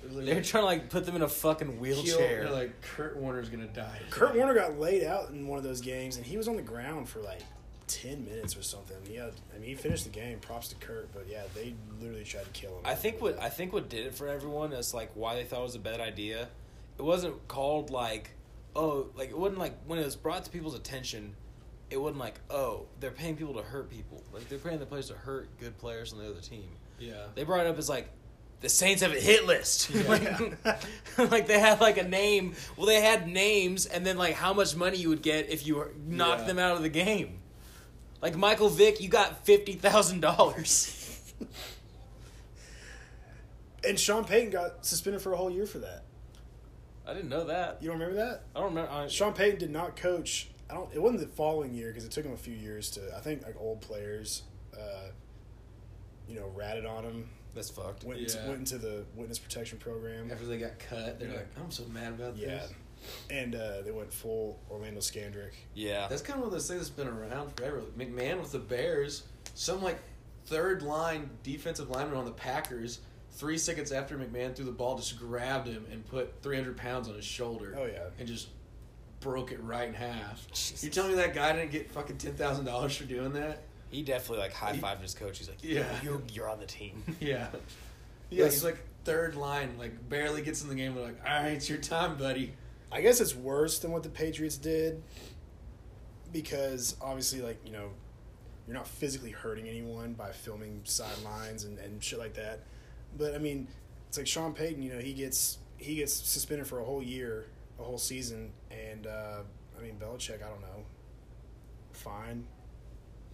[SPEAKER 1] They're trying to like put them in a fucking wheelchair.
[SPEAKER 3] They're like Kurt Warner's gonna die.
[SPEAKER 2] Kurt Warner got laid out in one of those games, and he was on the ground for like ten minutes or something. He had, I mean, he finished the game. Props to Kurt, but yeah, they literally tried to kill him.
[SPEAKER 1] I think what I think what did it for everyone is like why they thought it was a bad idea. It wasn't called like oh like it wasn't like when it was brought to people's attention, it wasn't like oh they're paying people to hurt people like they're paying the players to hurt good players on the other team.
[SPEAKER 3] Yeah.
[SPEAKER 1] They brought it up as like the Saints have a hit list.
[SPEAKER 2] Yeah.
[SPEAKER 1] like, like they had like a name. Well, they had names and then like how much money you would get if you knocked
[SPEAKER 3] Yeah.
[SPEAKER 1] them out of the game. Like Michael Vick, you got fifty thousand dollars.
[SPEAKER 2] and Sean Payton got suspended for a whole year for that.
[SPEAKER 1] I didn't know that.
[SPEAKER 2] You don't remember that?
[SPEAKER 1] I don't remember. I,
[SPEAKER 2] Sean Payton did not coach. I don't. It wasn't the following year because it took him a few years to. I think like old players, uh, you know, ratted on him.
[SPEAKER 1] that's fucked.
[SPEAKER 2] Went
[SPEAKER 3] Yeah.
[SPEAKER 2] into, went into the witness protection program.
[SPEAKER 3] After they got cut, they're like, I'm so mad about
[SPEAKER 2] Yeah,
[SPEAKER 3] this.
[SPEAKER 2] and uh, they went full Orlando Scandrick.
[SPEAKER 1] Yeah.
[SPEAKER 3] That's kind of one of those things that's been around forever. Like McMahon with the Bears, some like third line defensive lineman on the Packers. Three seconds after McMahon threw the ball, just grabbed him and put 300 pounds on his shoulder.
[SPEAKER 2] Oh, yeah.
[SPEAKER 3] and just broke it right in half.
[SPEAKER 1] Jesus.
[SPEAKER 3] You telling me that guy didn't get fucking ten thousand dollars for doing that?
[SPEAKER 1] He definitely like high fived his coach. He's like,
[SPEAKER 3] Yeah.
[SPEAKER 1] you're, you're on the team."
[SPEAKER 3] Yeah, yeah.
[SPEAKER 2] Yes.
[SPEAKER 3] He's like third line, like barely gets in the game. We're like, all right, it's your time, buddy.
[SPEAKER 2] I guess it's worse than what the Patriots did because obviously, like, you know, you're not physically hurting anyone by filming sidelines and, and shit like that. But I mean, it's like Sean Payton, you know, he gets he gets suspended for a whole year, a whole season, and uh, I mean Belichick, I don't know. Fine.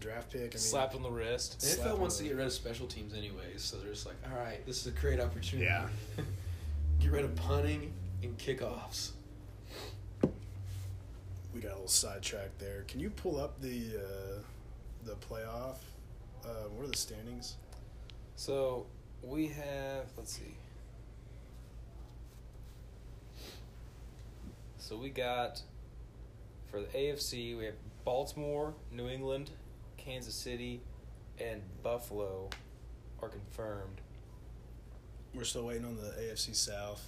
[SPEAKER 2] Draft pick. I mean,
[SPEAKER 1] Slap on the wrist.
[SPEAKER 3] The
[SPEAKER 2] Slap
[SPEAKER 3] NFL wants
[SPEAKER 2] him.
[SPEAKER 3] to get rid of special teams anyways, so they're just like, all right, this is a great opportunity.
[SPEAKER 2] Yeah.
[SPEAKER 3] get rid of punting and kickoffs.
[SPEAKER 2] we got a little sidetracked there. Can you pull up the uh, the playoff? Uh, what are the standings?
[SPEAKER 1] So we have. Let's see. So we got for the AFC, we have Baltimore, New England, Kansas City, and Buffalo are confirmed.
[SPEAKER 2] We're still waiting on the AFC South.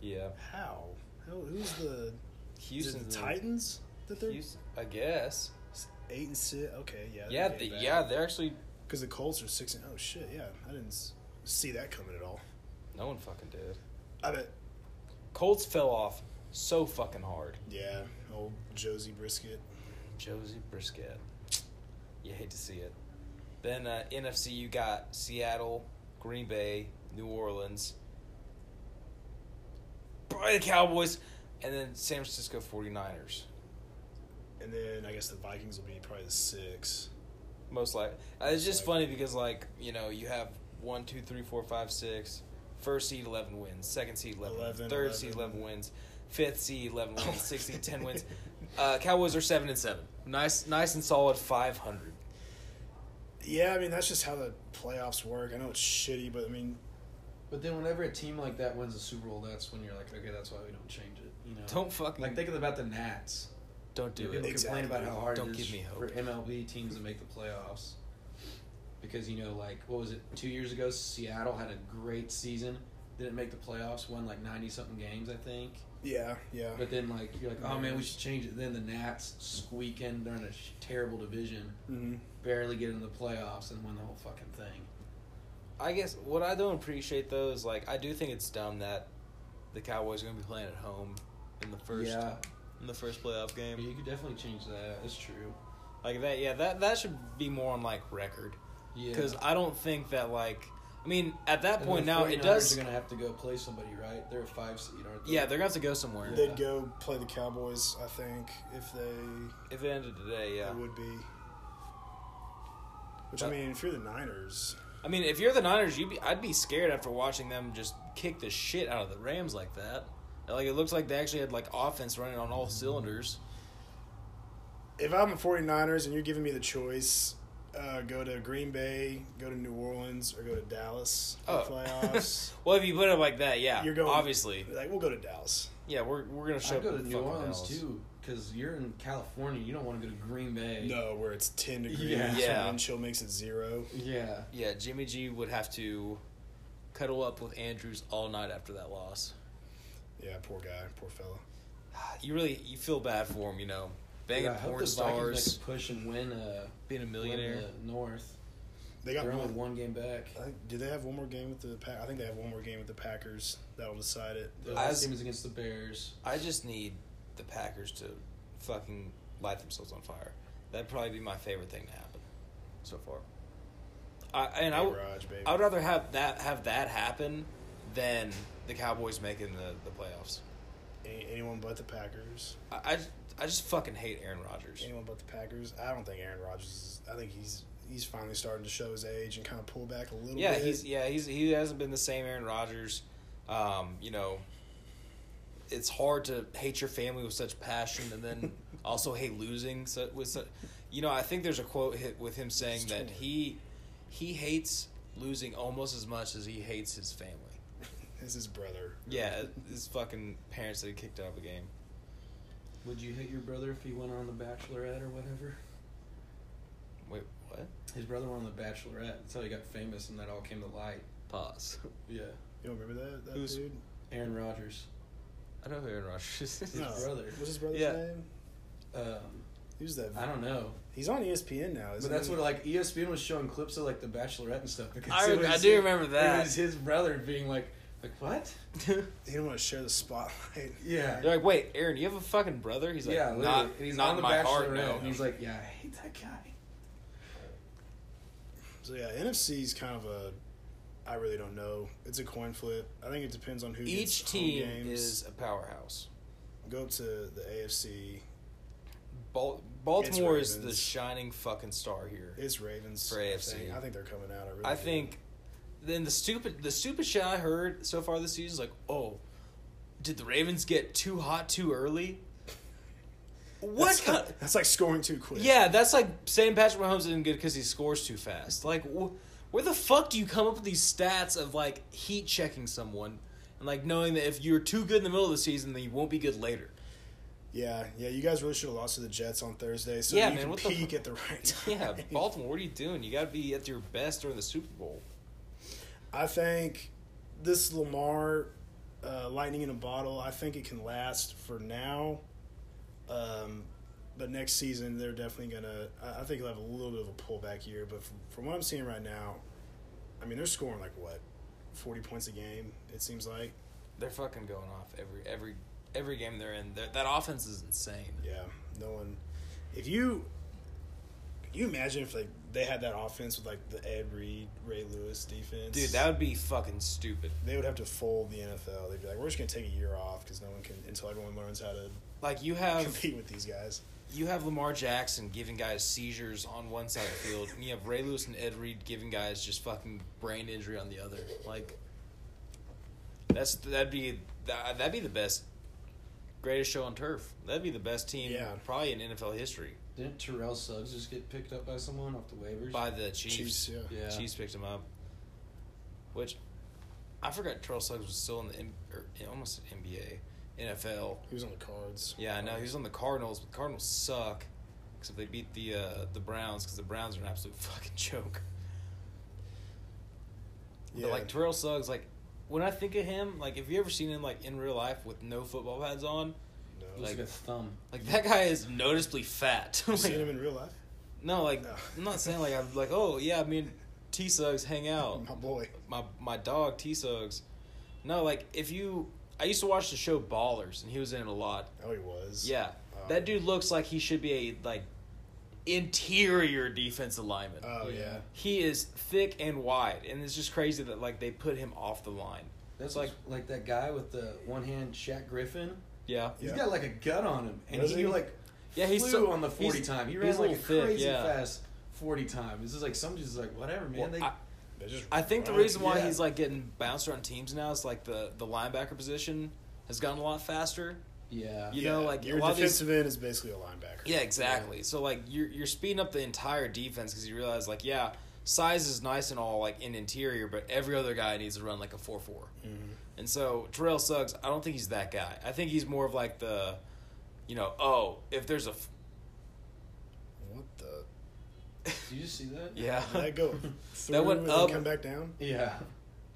[SPEAKER 1] Yeah,
[SPEAKER 2] How? Who, who's the Houston
[SPEAKER 1] Houston
[SPEAKER 2] the Titans? That they're
[SPEAKER 1] Houston, I guess.
[SPEAKER 2] eight and six. Okay, yeah.
[SPEAKER 1] Yeah, the, yeah, they're actually.
[SPEAKER 2] Because the Colts are six and oh shit. Yeah, I didn't s- see that coming at all.
[SPEAKER 1] No one fucking did.
[SPEAKER 2] I bet.
[SPEAKER 1] Colts fell off so fucking hard.
[SPEAKER 2] Yeah, old Josie Brisket.
[SPEAKER 1] Josie Brisket. You hate to see it. Then uh, NFC, you got Seattle, Green Bay, New Orleans, probably the Cowboys, and then San Francisco 49ers.
[SPEAKER 2] And then I guess the Vikings will be probably the six.
[SPEAKER 1] Most likely. Uh, it's just
[SPEAKER 2] Likely.
[SPEAKER 1] funny because, like, you know, you have one, two, three, four, five, six. First seed, 11 wins. Second seed, 11,
[SPEAKER 2] Eleven,
[SPEAKER 1] wins. Third seed,
[SPEAKER 2] 11.
[SPEAKER 1] 11 wins. Fifth seed, 11 wins. Sixth seed, 10 wins. Uh, Cowboys are 7 and 7. Nice, nice and solid 500.
[SPEAKER 2] Yeah, I mean that's just how the playoffs work. I know it's shitty, but I mean
[SPEAKER 3] But then whenever a team like that wins the Super Bowl, that's when you're like, okay, that's why we don't change it. You know,
[SPEAKER 1] Don't fucking
[SPEAKER 3] like think about the Nats.
[SPEAKER 1] Don't do
[SPEAKER 3] People
[SPEAKER 1] it.
[SPEAKER 2] Exactly.
[SPEAKER 3] complain about how hard
[SPEAKER 1] Don't
[SPEAKER 3] it is
[SPEAKER 1] give me hope.
[SPEAKER 3] for MLB teams to make the playoffs. Because you know, like what was it? Two years ago, Seattle had a great season. Didn't make the playoffs. Won like ninety something games, I think.
[SPEAKER 2] yeah, yeah.
[SPEAKER 3] But then, like you're like, oh man, we should change it. Then the Nats squeak in. They're in a sh- terrible division,
[SPEAKER 2] hmm
[SPEAKER 3] barely get into the playoffs, and win the whole fucking thing.
[SPEAKER 1] I guess what I don't appreciate though is like I do think it's dumb that the Cowboys are gonna be playing at home in the first
[SPEAKER 3] yeah,
[SPEAKER 1] in the first playoff
[SPEAKER 3] I mean,
[SPEAKER 1] game.
[SPEAKER 3] you could definitely change that. That's true.
[SPEAKER 1] Like that, yeah, that that should be more on like record
[SPEAKER 3] Yeah,
[SPEAKER 1] because I don't think that like I mean at that
[SPEAKER 3] And
[SPEAKER 1] point
[SPEAKER 3] the
[SPEAKER 1] now it
[SPEAKER 3] 49ers
[SPEAKER 1] does.
[SPEAKER 3] Are gonna have to go play somebody, right? They're a five seed, aren't they?
[SPEAKER 1] Yeah, they're gonna have to go somewhere.
[SPEAKER 2] They'd go play the Cowboys, I think, if they
[SPEAKER 1] If it ended today, yeah.
[SPEAKER 2] it would be. Which I
[SPEAKER 1] Uh,
[SPEAKER 2] mean, if you're the Niners,
[SPEAKER 1] I mean, if you're the Niners, you'd be, I'd be scared after watching them just kick the shit out of the Rams like that. Like it looks like they actually had like offense running on all cylinders.
[SPEAKER 2] if I'm the 49ers and you're giving me the choice uh, go to Green Bay, go to New Orleans, or go to Dallas for
[SPEAKER 1] Oh.
[SPEAKER 2] playoffs.
[SPEAKER 1] Well, if you put it like that, yeah,
[SPEAKER 2] You're going
[SPEAKER 1] obviously.
[SPEAKER 2] Like we'll go to Dallas.
[SPEAKER 1] Yeah, we're we're gonna show
[SPEAKER 3] I
[SPEAKER 1] up
[SPEAKER 3] go
[SPEAKER 1] in
[SPEAKER 3] to New
[SPEAKER 1] fucking
[SPEAKER 3] Orleans
[SPEAKER 1] Dallas.
[SPEAKER 3] too, because you're in California. You don't want to go to Green Bay.
[SPEAKER 2] No, where it's ten degrees
[SPEAKER 3] Yeah.
[SPEAKER 1] Yeah.
[SPEAKER 2] and wind chill makes it zero.
[SPEAKER 3] Yeah.
[SPEAKER 1] Yeah, Jimmy G would have to cuddle up with Andrews all night after that loss.
[SPEAKER 2] Yeah, poor guy, poor fella.
[SPEAKER 1] You really you feel bad for him, you know, banging
[SPEAKER 3] Dude, I hope
[SPEAKER 1] porn
[SPEAKER 3] the Vikings
[SPEAKER 1] stars,
[SPEAKER 3] make a push and win. Uh,
[SPEAKER 1] being a millionaire.
[SPEAKER 3] win the North.
[SPEAKER 2] They got
[SPEAKER 3] They're only
[SPEAKER 2] one.
[SPEAKER 3] one game back.
[SPEAKER 2] I think, do they have one more game with the Pack? I think they have one more game with the Packers. That'll decide it.
[SPEAKER 3] The
[SPEAKER 1] I-
[SPEAKER 3] last game is against the Bears.
[SPEAKER 1] I just need the Packers to fucking light themselves on fire. That'd probably be my favorite thing to happen so far. I and I would,
[SPEAKER 2] Raj, baby.
[SPEAKER 1] I would rather have that have that happen than the Cowboys making the, the playoffs.
[SPEAKER 2] Any- anyone but the Packers.
[SPEAKER 1] I, I I just fucking hate Aaron Rodgers.
[SPEAKER 2] Anyone but the Packers. I don't think Aaron Rodgers. Is, I think he's he's finally starting to show his age and kind of pull back a little.
[SPEAKER 1] Yeah,
[SPEAKER 2] bit.
[SPEAKER 1] he's yeah he's he hasn't been the same Aaron Rodgers. Um, you know, it's hard to hate your family with such passion and then also hate losing. So with so, you know, I think there's a quote hit with him saying
[SPEAKER 2] He's
[SPEAKER 1] that
[SPEAKER 2] torn.
[SPEAKER 1] he he hates losing almost as much as he hates his family.
[SPEAKER 2] It's his brother.
[SPEAKER 1] Yeah, his fucking parents that he kicked out of a game.
[SPEAKER 3] Would you hit your brother if he went on the Bachelorette or whatever?
[SPEAKER 1] Wait, what?
[SPEAKER 3] His brother went on the Bachelorette. That's how he got famous, and that all came to light.
[SPEAKER 1] Pause.
[SPEAKER 3] Yeah.
[SPEAKER 2] You don't remember that that
[SPEAKER 1] Who's-
[SPEAKER 2] dude?
[SPEAKER 3] Aaron Rodgers.
[SPEAKER 1] I know who Aaron Rodgers is.
[SPEAKER 3] his brother.
[SPEAKER 2] What's his brother's
[SPEAKER 1] Yeah.
[SPEAKER 2] name?
[SPEAKER 3] Um,
[SPEAKER 2] Who's that?
[SPEAKER 3] I don't know,
[SPEAKER 2] He's on E ESPN now. Isn't
[SPEAKER 3] but that's
[SPEAKER 2] he?
[SPEAKER 3] what like E ESPN was showing clips of like the Bachelorette and stuff. Because
[SPEAKER 1] I
[SPEAKER 3] it
[SPEAKER 1] rem- I
[SPEAKER 3] was-
[SPEAKER 1] do remember that.
[SPEAKER 3] It was his brother being like, like what?
[SPEAKER 2] he didn't want to share the spotlight.
[SPEAKER 3] Yeah.
[SPEAKER 1] They're like, wait, Aaron, you have a fucking brother? He's like,
[SPEAKER 3] yeah,
[SPEAKER 1] not,
[SPEAKER 3] literally.
[SPEAKER 1] not
[SPEAKER 3] and he's
[SPEAKER 1] in
[SPEAKER 3] on the
[SPEAKER 1] my
[SPEAKER 3] Bachelorette,
[SPEAKER 1] heart, no.
[SPEAKER 3] and he's like, yeah, I hate that guy.
[SPEAKER 2] So yeah, NFC's kind of a. I really don't know. It's a coin flip. I think it depends on who gets
[SPEAKER 1] Each
[SPEAKER 2] home
[SPEAKER 1] team
[SPEAKER 2] games.
[SPEAKER 1] is a powerhouse.
[SPEAKER 2] Go to the AFC.
[SPEAKER 1] Bal- Baltimore
[SPEAKER 2] It's
[SPEAKER 1] is the
[SPEAKER 2] Ravens.
[SPEAKER 1] shining fucking star here.
[SPEAKER 2] It's Ravens.
[SPEAKER 1] For AFC.
[SPEAKER 2] I think, I think they're coming out. I, really
[SPEAKER 1] I
[SPEAKER 2] do.
[SPEAKER 1] think. Then the stupid, the stupid shit I heard so far this season is like, oh, did the Ravens get too hot too early? What?
[SPEAKER 2] That's,
[SPEAKER 1] kind
[SPEAKER 2] that's like scoring too quick.
[SPEAKER 1] yeah, that's like saying Patrick Mahomes isn't good because he scores too fast. Like, wh- where the fuck do you come up with these stats of like heat checking someone and like knowing that if you're too good in the middle of the season, then you won't be good later?
[SPEAKER 2] Yeah, yeah. You guys really should have lost to the Jets on Thursday, so
[SPEAKER 1] Yeah,
[SPEAKER 2] you
[SPEAKER 1] man,
[SPEAKER 2] can
[SPEAKER 1] what the
[SPEAKER 2] peak
[SPEAKER 1] fu-
[SPEAKER 2] at the right time.
[SPEAKER 1] Yeah, Baltimore, what are you doing? You got to be at your best during the Super Bowl.
[SPEAKER 2] I think this Lamar uh, lightning in a bottle. I think it can last for now, um, but next season they're definitely gonna. I, I think he'll have a little bit of a pullback year. But from, from what I'm seeing right now, I mean they're scoring like what, forty points a game. It seems like.
[SPEAKER 1] They're fucking going off every every every game they're in. That that offense is insane.
[SPEAKER 2] Yeah, no one. If you, could you imagine if like they had that offense with like the Ed Reed, Ray Lewis defense,
[SPEAKER 1] Dude, that would be fucking stupid.
[SPEAKER 2] they would have to fold the NFL. They'd be like, we're just gonna take a year off because no one can until everyone learns how to
[SPEAKER 1] Like you have
[SPEAKER 2] compete with these guys.
[SPEAKER 1] you have Lamar Jackson giving guys seizures on one side of the field, and you have Ray Lewis and Ed Reed giving guys just fucking brain injury on the other. Like that's that'd be that, that'd be the best greatest show on turf. That'd be the best team
[SPEAKER 2] Yeah.
[SPEAKER 1] probably in NFL history
[SPEAKER 3] Didn't Terrell Suggs just get picked up by someone off the waivers?
[SPEAKER 1] by the Chiefs.
[SPEAKER 2] Chiefs, yeah.
[SPEAKER 3] yeah.
[SPEAKER 1] Chiefs picked him up, which I forgot. Terrell Suggs was still in the M- or in- almost NBA, NFL.
[SPEAKER 2] He was on the cards.
[SPEAKER 1] Yeah, I know he was on the Cardinals, but the Cardinals suck. Except they beat the uh, the Browns because the Browns are an absolute fucking joke.
[SPEAKER 2] Yeah,
[SPEAKER 1] But like Terrell Suggs, like when I think of him, like have you ever seen him like in real life with no football pads on?
[SPEAKER 2] no.
[SPEAKER 3] It was like,
[SPEAKER 1] like-
[SPEAKER 3] a thumb.
[SPEAKER 1] Like that guy is noticeably fat.
[SPEAKER 2] you seen
[SPEAKER 1] Like,
[SPEAKER 2] him in real life?
[SPEAKER 1] no, like
[SPEAKER 2] No.
[SPEAKER 1] I'm not saying like I'm like oh yeah, I mean T Suggs hang out.
[SPEAKER 2] My boy.
[SPEAKER 1] my my dog T Suggs. No, like if you, I used to watch the show Ballers, and he was in it a lot.
[SPEAKER 2] Oh, he was.
[SPEAKER 1] Yeah,
[SPEAKER 2] Oh.
[SPEAKER 1] that dude looks like he should be a like interior defensive lineman.
[SPEAKER 2] Oh yeah.
[SPEAKER 3] Yeah.
[SPEAKER 1] he is thick and wide, and it's just crazy that like they put him off the line.
[SPEAKER 3] That's like
[SPEAKER 1] like-
[SPEAKER 3] like that guy with the one hand, Shaq Griffin.
[SPEAKER 1] Yeah,
[SPEAKER 3] He's
[SPEAKER 2] Yeah.
[SPEAKER 3] got like a gut on him, and
[SPEAKER 2] Does
[SPEAKER 3] he,
[SPEAKER 2] he?
[SPEAKER 3] like
[SPEAKER 1] Yeah, he's
[SPEAKER 3] flew
[SPEAKER 1] so-
[SPEAKER 3] on the forty
[SPEAKER 1] he's-
[SPEAKER 3] time. He
[SPEAKER 1] he's
[SPEAKER 3] ran
[SPEAKER 1] a
[SPEAKER 3] like a
[SPEAKER 1] little thick,
[SPEAKER 3] crazy
[SPEAKER 1] yeah.
[SPEAKER 3] fast forty time. This is like some dude's like whatever, man.
[SPEAKER 1] Well,
[SPEAKER 3] they,
[SPEAKER 1] I,
[SPEAKER 2] They just
[SPEAKER 1] I think the
[SPEAKER 2] run.
[SPEAKER 1] reason why
[SPEAKER 3] Yeah.
[SPEAKER 1] he's like getting bounced around teams now is like the the linebacker position has gotten a lot faster.
[SPEAKER 3] Yeah.
[SPEAKER 1] You know, like, a
[SPEAKER 2] your
[SPEAKER 1] lot of these-
[SPEAKER 2] defensive end is basically a linebacker.
[SPEAKER 1] Yeah, exactly. So like you're you're speeding up the entire defense because you realize like yeah, size is nice and all like in interior, but every other guy needs to run like a four four.
[SPEAKER 2] Mm-hmm.
[SPEAKER 1] And so Terrell Suggs, I don't think he's that guy. I think he's more of like the, you know, oh if there's a f-
[SPEAKER 2] What the?
[SPEAKER 3] Did you see that?
[SPEAKER 1] yeah,
[SPEAKER 2] Did that go through
[SPEAKER 1] went
[SPEAKER 2] and
[SPEAKER 1] up.
[SPEAKER 2] then come back down?
[SPEAKER 3] Yeah.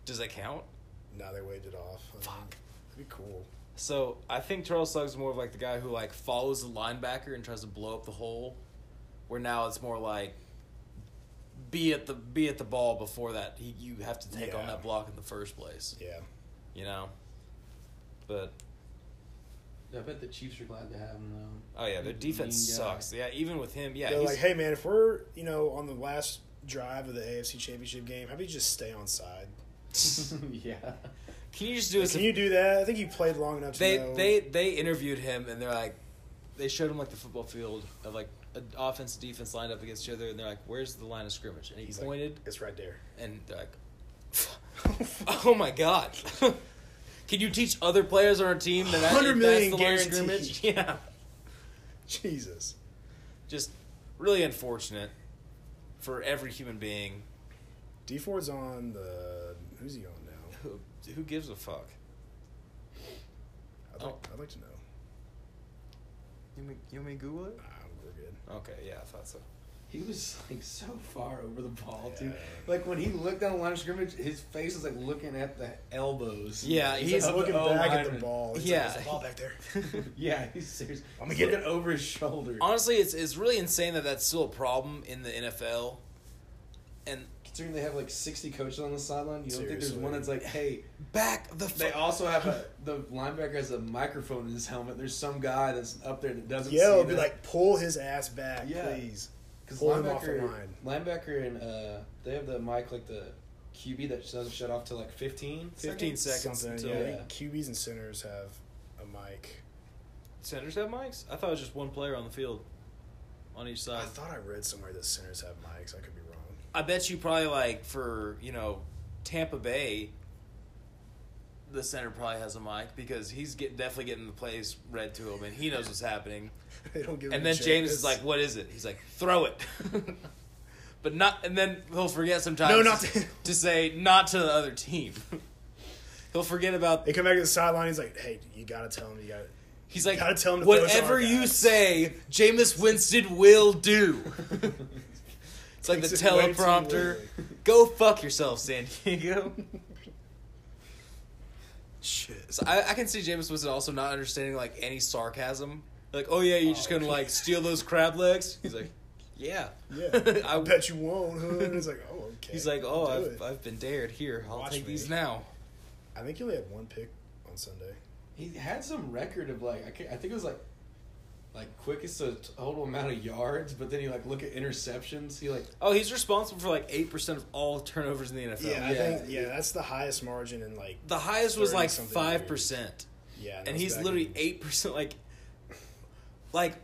[SPEAKER 1] does that count?
[SPEAKER 2] No, they waved it off. I mean,
[SPEAKER 1] Fuck.
[SPEAKER 2] That'd be cool.
[SPEAKER 1] So I think Terrell Suggs is more of like the guy who like follows the linebacker and tries to blow up the hole, where now it's more like be at the be at the ball before that he, you have to take on
[SPEAKER 2] Yeah.
[SPEAKER 1] that block in the first place,
[SPEAKER 2] Yeah.
[SPEAKER 1] you know. But
[SPEAKER 3] I bet the Chiefs are glad to have him though.
[SPEAKER 1] oh yeah, their
[SPEAKER 3] He's a
[SPEAKER 1] defense
[SPEAKER 3] mean guy.
[SPEAKER 1] sucks. Yeah, even with him, yeah,
[SPEAKER 2] They're
[SPEAKER 1] he's,
[SPEAKER 2] like, hey man, if we're you know on the last drive of the AFC Championship game, how about you just stay on side?
[SPEAKER 3] yeah.
[SPEAKER 1] can you just do this?
[SPEAKER 2] Can you do that? I think you played long enough to
[SPEAKER 1] they
[SPEAKER 2] know.
[SPEAKER 1] they they interviewed him and they're like, they showed him like the football field of like a offense and defense lined up against each other and they're like, where's the line of scrimmage? And he
[SPEAKER 2] He's like,
[SPEAKER 1] pointed.
[SPEAKER 2] it's right there.
[SPEAKER 1] and they're like, "Oh my god, can you teach other players on our team that
[SPEAKER 2] 100
[SPEAKER 1] that- that's the
[SPEAKER 2] million
[SPEAKER 1] line of
[SPEAKER 2] guaranteed.
[SPEAKER 1] scrimmage?" Yeah,
[SPEAKER 2] Jesus.
[SPEAKER 1] just really unfortunate for every human being
[SPEAKER 2] D Ford's on the. Who's he on now?
[SPEAKER 1] who who gives a fuck.
[SPEAKER 2] I'd like,
[SPEAKER 1] Oh.
[SPEAKER 2] I'd like to know.
[SPEAKER 1] You mean you mean Google it?
[SPEAKER 2] Nah, we're good.
[SPEAKER 1] Okay, yeah, I thought so.
[SPEAKER 3] He was like so far over the ball, dude.
[SPEAKER 2] Yeah.
[SPEAKER 3] Like when he looked down the line of scrimmage, his face was like looking at the elbows.
[SPEAKER 1] Yeah,
[SPEAKER 2] He's,
[SPEAKER 1] He's
[SPEAKER 2] like,
[SPEAKER 3] of
[SPEAKER 2] looking
[SPEAKER 3] O
[SPEAKER 2] back at the
[SPEAKER 3] lineman.
[SPEAKER 2] ball. He's
[SPEAKER 1] Yeah.
[SPEAKER 2] like, "There's a ball back there.
[SPEAKER 3] Yeah, he's serious.
[SPEAKER 2] I'ma
[SPEAKER 3] He's
[SPEAKER 2] get
[SPEAKER 3] looking
[SPEAKER 2] it.
[SPEAKER 3] over his shoulder.
[SPEAKER 1] Honestly, it's it's really insane that that's still a problem in the NFL, and
[SPEAKER 3] Considering they have like sixty coaches on the sideline, you don't think there's
[SPEAKER 2] Seriously.
[SPEAKER 3] one that's like, hey.
[SPEAKER 1] back the
[SPEAKER 3] They
[SPEAKER 1] fuck.
[SPEAKER 3] also have a the linebacker has a microphone in his helmet. There's some guy that's up there that doesn't.
[SPEAKER 2] Yeah,
[SPEAKER 3] see
[SPEAKER 2] it'll be
[SPEAKER 3] that.
[SPEAKER 2] like, pull his ass back,
[SPEAKER 3] Yeah.
[SPEAKER 2] please.
[SPEAKER 3] Because
[SPEAKER 2] Pull him off the
[SPEAKER 3] linebacker,
[SPEAKER 2] line.
[SPEAKER 3] linebacker, and uh, they have the mic like the QB that doesn't shut off till like 15.
[SPEAKER 1] 15 seconds
[SPEAKER 2] Something.
[SPEAKER 1] until
[SPEAKER 2] yeah, I
[SPEAKER 3] yeah.
[SPEAKER 2] think QBs and centers have a mic.
[SPEAKER 1] centers have mics. I thought it was just one player on the field, on each
[SPEAKER 2] I
[SPEAKER 1] side.
[SPEAKER 2] thought I read somewhere that centers have mics. I could be wrong.
[SPEAKER 1] I bet you probably like for you know Tampa Bay, the center probably has a mic because he's get, definitely getting the plays read to him and he knows what's happening.
[SPEAKER 2] they don't give. him
[SPEAKER 1] And
[SPEAKER 2] a
[SPEAKER 1] then
[SPEAKER 2] chance.
[SPEAKER 1] James is like, "What is it?" He's like, "Throw it," but not. And then he'll forget sometimes.
[SPEAKER 2] No, not to-
[SPEAKER 1] to say not to the other team. he'll forget about.
[SPEAKER 2] They come back to the sideline. He's like, "Hey, you gotta tell him. You got."
[SPEAKER 1] He's like,
[SPEAKER 2] Gotta tell him to throw it to our
[SPEAKER 1] whatever you
[SPEAKER 2] guys."
[SPEAKER 1] say, Jameis Winston will do. It's like the
[SPEAKER 2] Takes it way too
[SPEAKER 1] teleprompter.
[SPEAKER 2] literally.
[SPEAKER 1] Go fuck yourself, San Diego.
[SPEAKER 2] Shit.
[SPEAKER 1] So I, I can see James Winston also not understanding like any sarcasm. Like, oh yeah, you're just gonna like steal those crab legs. He's like, yeah,
[SPEAKER 2] Yeah.
[SPEAKER 1] I
[SPEAKER 2] I bet you won't. Huh? And it's like, oh, okay.
[SPEAKER 1] He's like, oh,
[SPEAKER 2] do
[SPEAKER 1] I've,
[SPEAKER 2] it."
[SPEAKER 1] I've been dared. Here, I'll
[SPEAKER 2] Watch
[SPEAKER 1] take
[SPEAKER 2] me."
[SPEAKER 1] these now.
[SPEAKER 2] I think he only had one pick on Sunday.
[SPEAKER 3] He had some record of like I, can't, I think it was like like quickest to total amount of yards, but then you like look at interceptions. He like
[SPEAKER 1] Oh, he's responsible for like eight percent of all turnovers in the NFL.
[SPEAKER 2] Yeah, I
[SPEAKER 3] Yeah.
[SPEAKER 2] think yeah, that's the highest margin in like
[SPEAKER 1] The highest was
[SPEAKER 2] 30
[SPEAKER 1] like
[SPEAKER 2] something
[SPEAKER 1] five percent,
[SPEAKER 2] yeah, that
[SPEAKER 1] and
[SPEAKER 2] was
[SPEAKER 1] he's
[SPEAKER 2] back
[SPEAKER 1] literally
[SPEAKER 2] in-
[SPEAKER 1] eight percent. Like, like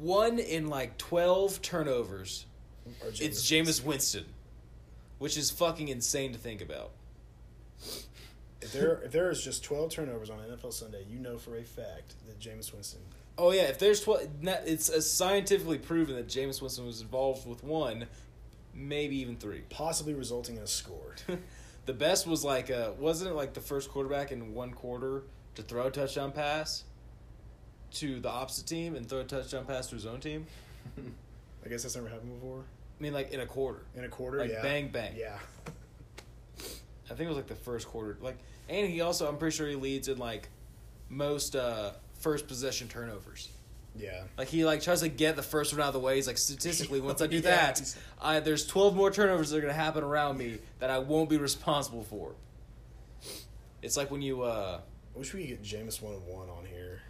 [SPEAKER 1] one in like twelve turnovers
[SPEAKER 2] or
[SPEAKER 1] It's
[SPEAKER 2] Jameis.
[SPEAKER 1] Jameis Winston, which is fucking insane to think about.
[SPEAKER 2] If there if there is just twelve turnovers on NFL Sunday, you know for a fact that Jameis Winston.
[SPEAKER 1] Oh yeah, if there's twelve, it's uh, scientifically proven that Jameis Winston was involved with one, maybe even three.
[SPEAKER 2] Possibly resulting in a score.
[SPEAKER 1] The best was like, uh, wasn't it like the first quarterback in one quarter to throw a touchdown pass to the opposite team and throw a touchdown pass to his own team?
[SPEAKER 2] I guess that's never happened before.
[SPEAKER 1] I mean, like in a quarter.
[SPEAKER 2] In a quarter,
[SPEAKER 1] Like
[SPEAKER 2] yeah.
[SPEAKER 1] bang, bang.
[SPEAKER 2] Yeah.
[SPEAKER 1] I think it was like the first quarter. Like, and he also, I'm pretty sure he leads in like most uh, first possession turnovers.
[SPEAKER 2] Yeah.
[SPEAKER 1] Like he like tries to get the first one out of the way. He's like statistically, once I do
[SPEAKER 2] Yeah.
[SPEAKER 1] that, I, there's 12 more turnovers that are gonna happen around me that I won't be responsible for. It's like when you uh
[SPEAKER 2] I wish we could get Jameis one and one on here.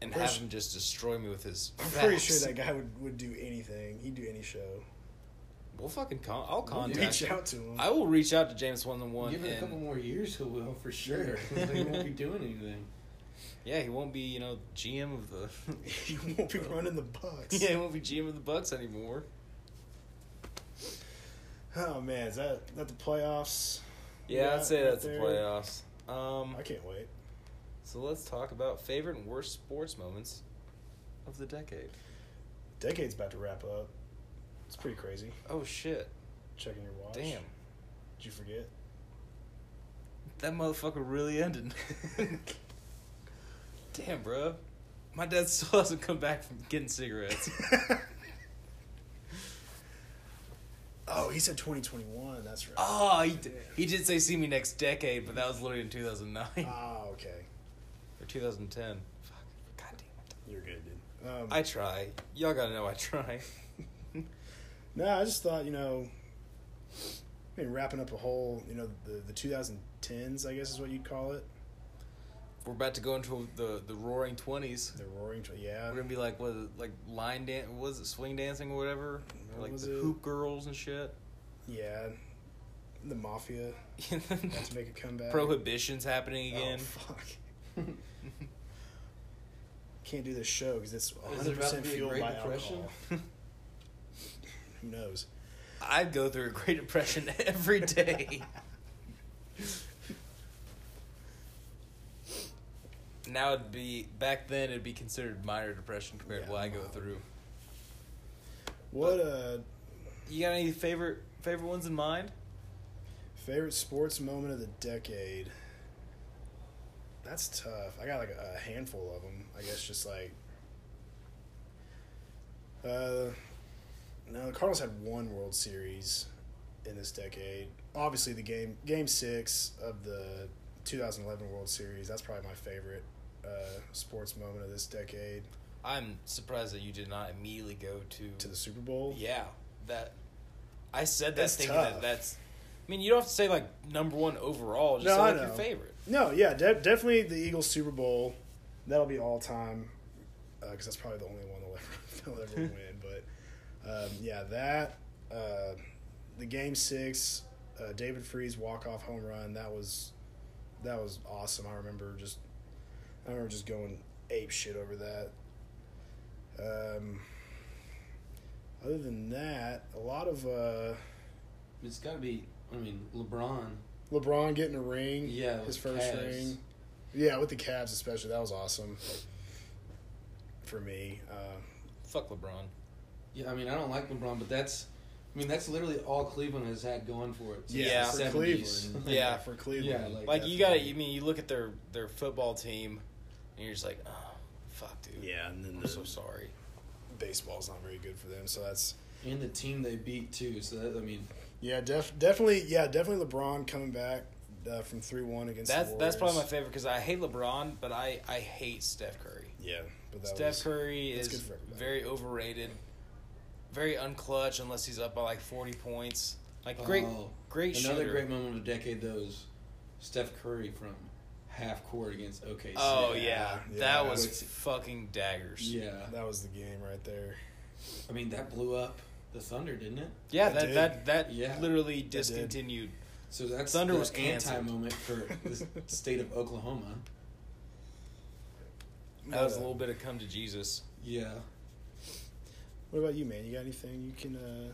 [SPEAKER 1] and
[SPEAKER 2] Pretty
[SPEAKER 1] have
[SPEAKER 2] su-
[SPEAKER 1] him just destroy me with his.
[SPEAKER 2] I'm pretty
[SPEAKER 1] facts.
[SPEAKER 2] sure that guy would, would do anything. He'd do any show.
[SPEAKER 1] We'll fucking con. I'll contact.
[SPEAKER 2] Reach
[SPEAKER 1] him.
[SPEAKER 2] out to him.
[SPEAKER 1] I will reach out to James one on one
[SPEAKER 3] give it a couple
[SPEAKER 1] and
[SPEAKER 3] more years, he will for sure. they won't be doing anything.
[SPEAKER 1] yeah, he won't be you know GM of the
[SPEAKER 2] he won't be running the Bucks.
[SPEAKER 1] yeah he won't be GM of the Bucks anymore.
[SPEAKER 2] Oh man, is that that the playoffs?
[SPEAKER 1] Yeah,
[SPEAKER 2] Yeah,
[SPEAKER 1] I'd say
[SPEAKER 2] right
[SPEAKER 1] that's the
[SPEAKER 2] there.
[SPEAKER 1] playoffs. Um,
[SPEAKER 2] I can't wait.
[SPEAKER 1] So let's talk about favorite and worst sports moments of the decade.
[SPEAKER 2] Decade's about to wrap up. It's pretty crazy.
[SPEAKER 1] Oh shit!
[SPEAKER 2] Checking your watch.
[SPEAKER 1] Damn,
[SPEAKER 2] Did you forget?
[SPEAKER 1] that motherfucker really ended. Damn, bro. My dad still hasn't come back from getting cigarettes.
[SPEAKER 2] oh, he said 2021. That's right.
[SPEAKER 1] oh, he did, he did say see me next decade, but that was literally in 2009
[SPEAKER 2] Ah, okay.
[SPEAKER 1] or 2010. Fuck. God damn it.
[SPEAKER 2] You're good, dude. Um,
[SPEAKER 1] I try. Y'all gotta know I try.
[SPEAKER 2] No, I just thought, you know, I mean, wrapping up a whole, you know, the, the 2010s, I guess is what you'd call it.
[SPEAKER 1] We're about to go into the the roaring twenties.
[SPEAKER 2] The roaring, tw- yeah.
[SPEAKER 1] We're gonna be like what is it, like line dance was it swing dancing or whatever? Or
[SPEAKER 2] What
[SPEAKER 1] like
[SPEAKER 2] was
[SPEAKER 1] the
[SPEAKER 2] it?
[SPEAKER 1] hoop girls and shit.
[SPEAKER 2] Yeah. The mafia had to make a comeback.
[SPEAKER 1] Prohibition's happening
[SPEAKER 2] Oh,
[SPEAKER 1] again.
[SPEAKER 2] fuck. Can't do this show because it's
[SPEAKER 3] Is there about to
[SPEAKER 2] 100%
[SPEAKER 3] be a
[SPEAKER 2] fueled
[SPEAKER 3] Great
[SPEAKER 2] by
[SPEAKER 3] Depression?
[SPEAKER 2] alcohol. Who knows?
[SPEAKER 1] I'd go through a Great Depression every day. now it'd be back then it'd be considered minor depression compared to
[SPEAKER 2] Yeah,
[SPEAKER 1] what I go
[SPEAKER 2] wow.
[SPEAKER 1] through.
[SPEAKER 2] What uh,
[SPEAKER 1] You got any favorite favorite ones in mind?
[SPEAKER 2] favorite sports moment of the decade? That's tough. I got like a handful of them. I guess just like. Uh, no, the Cardinals had one World Series in this decade. Obviously, the game Game Six of the 2011 World Series. That's probably my favorite uh, sports moment of this decade.
[SPEAKER 1] I'm surprised that you did not immediately go to
[SPEAKER 2] To the Super Bowl.
[SPEAKER 1] Yeah, that I said that
[SPEAKER 2] That's
[SPEAKER 1] thinking that
[SPEAKER 2] tough.
[SPEAKER 1] that's. I mean, you don't have to say like number one overall. Just
[SPEAKER 2] No,
[SPEAKER 1] say
[SPEAKER 2] I
[SPEAKER 1] like your
[SPEAKER 2] know.
[SPEAKER 1] favorite.
[SPEAKER 2] No, yeah, de- definitely the Eagles Super Bowl. That'll be all time because that's probably the only one they'll ever, they'll ever win. But um, yeah, that uh, the game six, uh, David Freeze walk off home run. That was that was awesome. I remember just I remember just going ape shit over that. Um, other than that, a lot of uh,
[SPEAKER 3] It's got to be. I mean, LeBron.
[SPEAKER 2] LeBron getting a ring.
[SPEAKER 3] Yeah,
[SPEAKER 2] his
[SPEAKER 3] with
[SPEAKER 2] first
[SPEAKER 3] Cavs.
[SPEAKER 2] ring. Yeah, with the Cavs especially, that was awesome for me. Uh,
[SPEAKER 1] Fuck LeBron.
[SPEAKER 3] Yeah, I mean, I don't like LeBron, but that's. I mean, that's literally all Cleveland has had going for it. since
[SPEAKER 1] Yeah.
[SPEAKER 3] the
[SPEAKER 2] for
[SPEAKER 3] 70s.
[SPEAKER 2] Cleveland.
[SPEAKER 1] Yeah.
[SPEAKER 2] for Cleveland.
[SPEAKER 3] Yeah, like,
[SPEAKER 1] Like you got to.
[SPEAKER 2] definitely.
[SPEAKER 1] You mean you look at their their football team, and you're just like, oh, fuck, dude.
[SPEAKER 2] Yeah, and then
[SPEAKER 1] I'm
[SPEAKER 2] the
[SPEAKER 1] so sorry.
[SPEAKER 2] baseball's not very good for them, so that's
[SPEAKER 3] And the team they beat too. So that, I mean,
[SPEAKER 2] yeah, def- definitely, yeah, definitely LeBron coming back uh, from three one against.
[SPEAKER 1] That's
[SPEAKER 2] the
[SPEAKER 1] that's probably my
[SPEAKER 2] Warriors.
[SPEAKER 1] favorite because I hate LeBron, but I I hate Steph Curry.
[SPEAKER 2] Yeah, but that
[SPEAKER 1] Steph
[SPEAKER 2] was,
[SPEAKER 1] Curry
[SPEAKER 2] that's
[SPEAKER 1] is
[SPEAKER 2] good for everybody.
[SPEAKER 1] very overrated, very unclutch unless he's up by like 40 points. Like great,
[SPEAKER 3] oh,
[SPEAKER 1] great
[SPEAKER 3] Another
[SPEAKER 1] shooter.
[SPEAKER 3] great moment of the decade though is Steph Curry from half court against OKC.
[SPEAKER 1] Oh
[SPEAKER 2] Yeah,
[SPEAKER 1] yeah,
[SPEAKER 2] yeah.
[SPEAKER 1] that was
[SPEAKER 3] Which-
[SPEAKER 1] fucking daggers. Yeah,
[SPEAKER 3] Yeah.
[SPEAKER 2] That was the game right there.
[SPEAKER 3] I mean, that blew up the Thunder, didn't it?
[SPEAKER 2] It
[SPEAKER 1] that,
[SPEAKER 2] did.
[SPEAKER 1] that that
[SPEAKER 3] Yeah.
[SPEAKER 1] literally discontinued.
[SPEAKER 3] So that's
[SPEAKER 1] Thunder
[SPEAKER 3] the
[SPEAKER 1] was canceled.
[SPEAKER 3] anti moment for the state of Oklahoma.
[SPEAKER 1] That was a
[SPEAKER 2] Uh,
[SPEAKER 1] little bit of come to Jesus.
[SPEAKER 3] Yeah.
[SPEAKER 2] What about you, man? You got anything you can uh,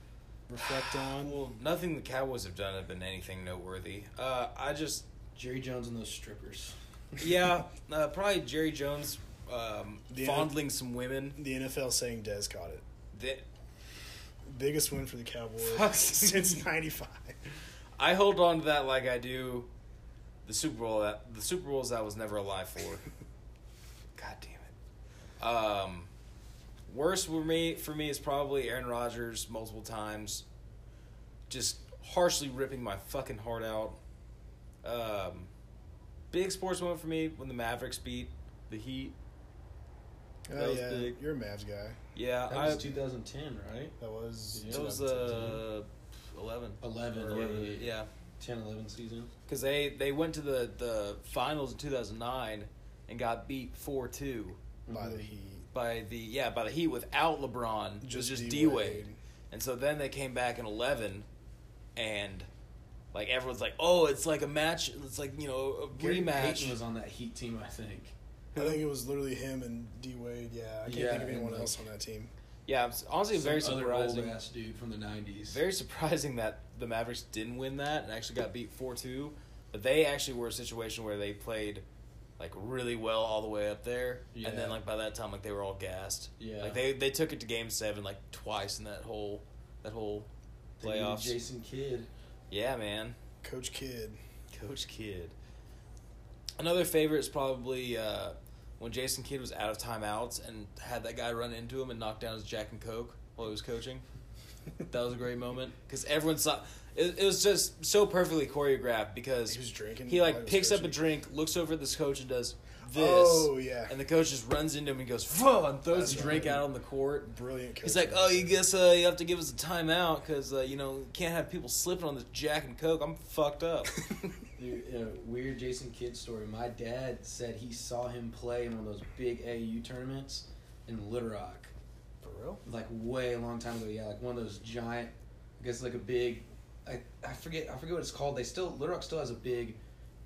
[SPEAKER 2] reflect on?
[SPEAKER 1] Well, nothing the Cowboys have done have been anything noteworthy. Uh, I just
[SPEAKER 3] Jerry Jones and those strippers.
[SPEAKER 1] yeah, uh, probably Jerry Jones um,
[SPEAKER 2] The-
[SPEAKER 1] fondling some women.
[SPEAKER 2] the NFL saying Dez caught it.
[SPEAKER 1] That
[SPEAKER 2] Biggest win for the Cowboys
[SPEAKER 1] Fuck.
[SPEAKER 2] since '95.
[SPEAKER 1] I hold on to that like I do the Super Bowl that the Super Bowls I was never alive for. God damn it. Um, worst for me for me is probably Aaron Rodgers multiple times, just harshly ripping my fucking heart out. Um, big sports moment for me when the Mavericks beat the Heat.
[SPEAKER 2] Oh
[SPEAKER 1] That was
[SPEAKER 2] yeah,
[SPEAKER 1] big.
[SPEAKER 2] you're a Mavs guy.
[SPEAKER 1] Yeah,
[SPEAKER 3] That
[SPEAKER 1] I,
[SPEAKER 3] was 2010, right?
[SPEAKER 2] That was
[SPEAKER 3] Yeah.
[SPEAKER 1] that was uh, eleven.
[SPEAKER 3] 11,
[SPEAKER 1] Or-
[SPEAKER 3] yeah, yeah, yeah.
[SPEAKER 1] yeah.
[SPEAKER 3] 10, 11 season.
[SPEAKER 1] because they they went to the the finals in 2009 and got beat 4-2
[SPEAKER 2] by the
[SPEAKER 3] Mhm.
[SPEAKER 2] Heat.
[SPEAKER 1] by the yeah by the heat without lebron it was just d-wade and so then they came back in 11 and like everyone's like oh it's like a match it's like you know a
[SPEAKER 3] Gary
[SPEAKER 1] rematch
[SPEAKER 3] Payton was on that Heat team, I think.
[SPEAKER 2] I think it was literally him and D Wade. Yeah, I can't
[SPEAKER 3] Yeah,
[SPEAKER 2] think of anyone
[SPEAKER 3] and,
[SPEAKER 2] else on
[SPEAKER 3] like,
[SPEAKER 2] that team.
[SPEAKER 1] yeah it's honestly very
[SPEAKER 3] Some other
[SPEAKER 1] surprising
[SPEAKER 3] old-ass dude from the 90s.
[SPEAKER 1] very surprising that the mavericks didn't win that and actually got beat 4-2 but they actually were a situation where they played like really well all the way up there, and
[SPEAKER 3] Yeah.
[SPEAKER 1] then like by that time like they were all gassed.
[SPEAKER 3] Yeah.
[SPEAKER 1] Like they they took it to game seven like twice in that whole that whole
[SPEAKER 3] They needed
[SPEAKER 1] playoffs.
[SPEAKER 3] Jason Kidd.
[SPEAKER 1] Yeah, man.
[SPEAKER 2] Coach Kidd.
[SPEAKER 1] Coach Kidd. Another favorite is probably uh, when Jason Kidd was out of timeouts and had that guy run into him and knock down his Jack and Coke while he was coaching. that was a great moment because everyone saw. It, it was just so perfectly choreographed because
[SPEAKER 2] He was drinking
[SPEAKER 1] He
[SPEAKER 2] while
[SPEAKER 1] like
[SPEAKER 2] he was
[SPEAKER 1] picks up a
[SPEAKER 2] coaching.
[SPEAKER 1] drink, looks over at this coach and does this.
[SPEAKER 2] Oh, yeah.
[SPEAKER 1] And the coach just runs into him and goes, "Whoa!" and throws
[SPEAKER 2] That's
[SPEAKER 1] the drink
[SPEAKER 2] right.
[SPEAKER 1] out on the court.
[SPEAKER 2] Brilliant coach.
[SPEAKER 1] He's like, oh, you guess uh, you have to give us a timeout because uh, you know you can't have people slipping on this Jack and Coke. I'm fucked up.
[SPEAKER 3] Dude, in a uh, weird Jason Kidd story. My dad said he saw him play in one of those big AU tournaments in Little Rock,
[SPEAKER 1] For real?
[SPEAKER 3] like way a long time ago. Yeah, like one of those giant. I guess like a big. I, I forget I forget what it's called. They still Little Rock still has a big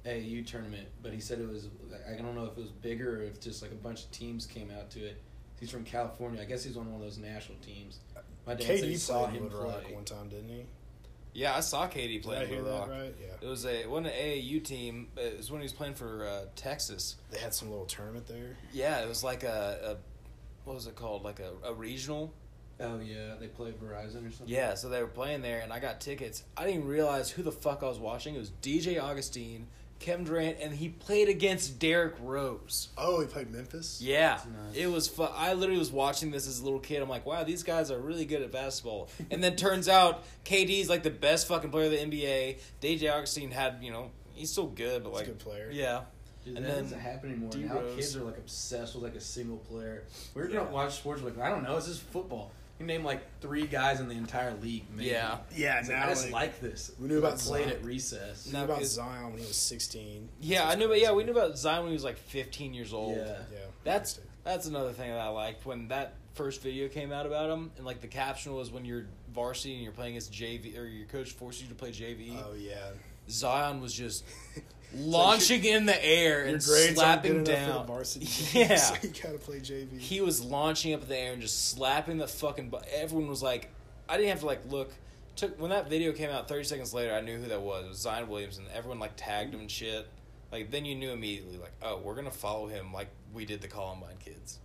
[SPEAKER 3] AU tournament, but he said it was I don't know if it was bigger or if just like a bunch of teams came out to it. He's from California. I guess he's on one of those national teams. My dad said he
[SPEAKER 2] KD
[SPEAKER 3] saw
[SPEAKER 2] played in
[SPEAKER 3] him
[SPEAKER 2] Little Rock
[SPEAKER 3] play.
[SPEAKER 2] one time, didn't he?
[SPEAKER 1] Yeah, I saw KD
[SPEAKER 2] Did I
[SPEAKER 1] playing
[SPEAKER 2] hear
[SPEAKER 1] Little Rock.
[SPEAKER 2] that right? Yeah.
[SPEAKER 1] It was a it wasn't an AAU team. but It was when he was playing for uh, Texas.
[SPEAKER 2] They had some little tournament there.
[SPEAKER 1] Yeah, it was like a, a what was it called? Like a, a regional.
[SPEAKER 3] Oh yeah, they play Verizon or something.
[SPEAKER 1] Yeah, so they were playing there, and I got tickets. I didn't even realize who the fuck I was watching. It was DJ Augustine, Kevin Durant, and he played against Derrick Rose.
[SPEAKER 2] Oh, he played Memphis.
[SPEAKER 1] Yeah,
[SPEAKER 3] Nice.
[SPEAKER 1] it was fun. I literally was watching this as a little kid. I'm like, wow, these guys are really good at basketball. And then turns out KD's like the best fucking player of the NBA. DJ Augustine had, you know, he's still good, but
[SPEAKER 2] He's a
[SPEAKER 1] like,
[SPEAKER 2] good player.
[SPEAKER 1] Yeah,
[SPEAKER 3] Dude,
[SPEAKER 1] And
[SPEAKER 3] that
[SPEAKER 1] then
[SPEAKER 3] doesn't happen anymore.
[SPEAKER 1] D
[SPEAKER 3] Now
[SPEAKER 1] Rose.
[SPEAKER 3] kids are like obsessed with like a single player. We were
[SPEAKER 1] Yeah.
[SPEAKER 3] gonna watch sports like I don't know, this is football. You name like three guys in the entire league. Maybe.
[SPEAKER 1] Yeah.
[SPEAKER 2] Yeah.
[SPEAKER 3] It's like,
[SPEAKER 2] Now
[SPEAKER 3] I just
[SPEAKER 2] like,
[SPEAKER 3] like, this.
[SPEAKER 2] we knew about
[SPEAKER 3] I played
[SPEAKER 2] Zion.
[SPEAKER 3] at recess.
[SPEAKER 2] we
[SPEAKER 1] No,
[SPEAKER 2] knew about
[SPEAKER 1] it's-
[SPEAKER 2] Zion when he was sixteen.
[SPEAKER 1] yeah, I knew. But yeah, we knew about Zion when he was like 15 years old.
[SPEAKER 3] Yeah.
[SPEAKER 2] Yeah.
[SPEAKER 1] That's
[SPEAKER 2] interesting.
[SPEAKER 1] that's another thing that I liked when that first video came out about him, and like the caption was when you're varsity and you're playing as JV or your coach forces you to play JV.
[SPEAKER 2] Oh yeah.
[SPEAKER 1] Zion was just launching in the air
[SPEAKER 2] Your
[SPEAKER 1] and
[SPEAKER 2] grades aren't
[SPEAKER 1] slapping
[SPEAKER 2] good enough for the
[SPEAKER 1] down.
[SPEAKER 2] varsity.
[SPEAKER 1] Yeah.
[SPEAKER 2] so you gotta play JV.
[SPEAKER 1] he was launching up in the air and just slapping the fucking. Bu- Everyone was like, I didn't have to like look. Took when that video came out. Thirty seconds later, I knew who that was. It was Zion Williams, and everyone like tagged him and shit. Like then you knew immediately, like, oh, we're gonna follow him, like we did the Columbine kids.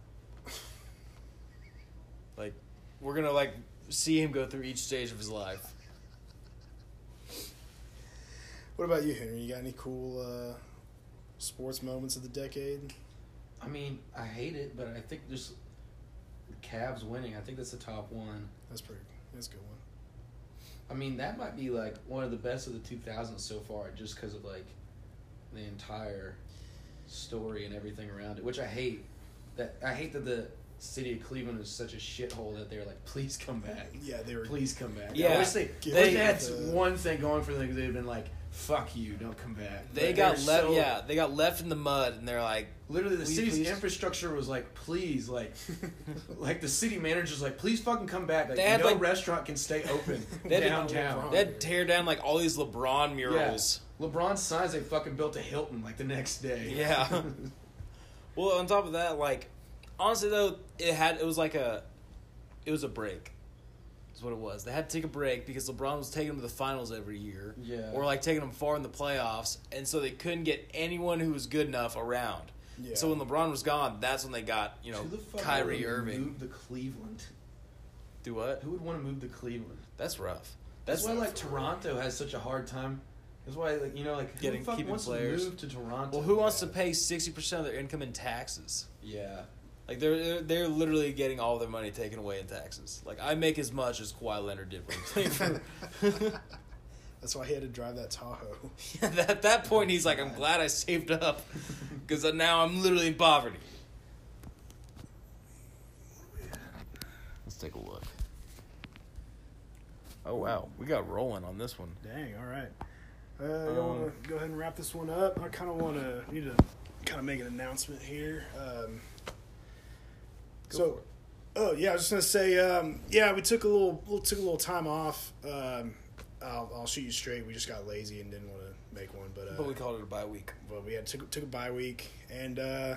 [SPEAKER 1] like, we're gonna like see him go through each stage of his life.
[SPEAKER 2] what about you, Henry? You got any cool uh, sports moments of the decade?
[SPEAKER 3] I mean, I hate it, but I think there's Cavs winning. I think that's the top one.
[SPEAKER 2] That's pretty. That's a good one.
[SPEAKER 3] I mean, that might be like one of the best of the 2000s so far, just because of like the entire story and everything around it, which I hate. That I hate that the city of Cleveland is such a shithole that they're like, please come back,
[SPEAKER 2] Yeah, they were.
[SPEAKER 3] please come back.
[SPEAKER 1] Yeah.
[SPEAKER 3] I wish they,
[SPEAKER 2] Give
[SPEAKER 3] they
[SPEAKER 1] it
[SPEAKER 3] had
[SPEAKER 2] the-
[SPEAKER 3] one thing going for them because they've been like, fuck you, don't come back.
[SPEAKER 1] They
[SPEAKER 3] Like,
[SPEAKER 1] got
[SPEAKER 3] were
[SPEAKER 1] left.
[SPEAKER 3] so-
[SPEAKER 1] yeah, they got left in the mud, and they're like,
[SPEAKER 3] Literally, the
[SPEAKER 1] Will you
[SPEAKER 3] city's
[SPEAKER 1] please-
[SPEAKER 3] infrastructure was like, please, like, like the city manager's like, please fucking come back. Like,
[SPEAKER 1] They had,
[SPEAKER 3] no
[SPEAKER 1] like-
[SPEAKER 3] restaurant can stay open
[SPEAKER 1] They had, like,
[SPEAKER 3] downtown.
[SPEAKER 2] LeBron.
[SPEAKER 1] they had to tear down like all these LeBron murals.
[SPEAKER 3] LeBron signs they fucking built a Hilton like the next day.
[SPEAKER 1] Yeah. Well, on top of that, like honestly though, it had it was like a it was a break. Is what it was. They had to take a break because LeBron was taking them to the finals every year.
[SPEAKER 3] Yeah.
[SPEAKER 1] Or like taking them far in the playoffs, and so they couldn't get anyone who was good enough around.
[SPEAKER 2] Yeah.
[SPEAKER 1] So when LeBron was gone, that's when they got you know
[SPEAKER 3] Who the fuck
[SPEAKER 1] Kyrie
[SPEAKER 3] would
[SPEAKER 1] Irving.
[SPEAKER 3] Move to Cleveland.
[SPEAKER 1] Do what?
[SPEAKER 3] Who would want to move to Cleveland?
[SPEAKER 1] That's rough.
[SPEAKER 3] That's,
[SPEAKER 1] That's,
[SPEAKER 3] why like Toronto has such a hard time. That's why like you know like who
[SPEAKER 1] Getting-
[SPEAKER 3] the fuck
[SPEAKER 1] keeping
[SPEAKER 3] wants
[SPEAKER 1] players.
[SPEAKER 3] to move to Toronto?
[SPEAKER 1] well, who wants to pay sixty percent of their income in taxes?
[SPEAKER 3] Yeah.
[SPEAKER 1] Like they're, they're they're literally getting all their money taken away in taxes. Like I make as much as Kawhi Leonard did when he played for.
[SPEAKER 2] That's why he had to drive that Tahoe.
[SPEAKER 1] At that point, he's like, "I'm glad I saved up, because now I'm literally in poverty." Let's take a look. Oh wow, we got rolling on this one.
[SPEAKER 2] Dang. All right. Uh, y'all
[SPEAKER 1] Um,
[SPEAKER 2] want to go ahead and wrap this one up? I kind of want to need to kind of make an announcement here. Um,
[SPEAKER 1] Go
[SPEAKER 2] so,
[SPEAKER 1] for it.
[SPEAKER 2] oh yeah, I was just gonna say, um, yeah, we took a little, we took a little time off. Um, I'll, I'll shoot you straight. We just got lazy and didn't want to make one, but uh,
[SPEAKER 1] But we called it a bye week.
[SPEAKER 2] but we had took took a bye week, and uh,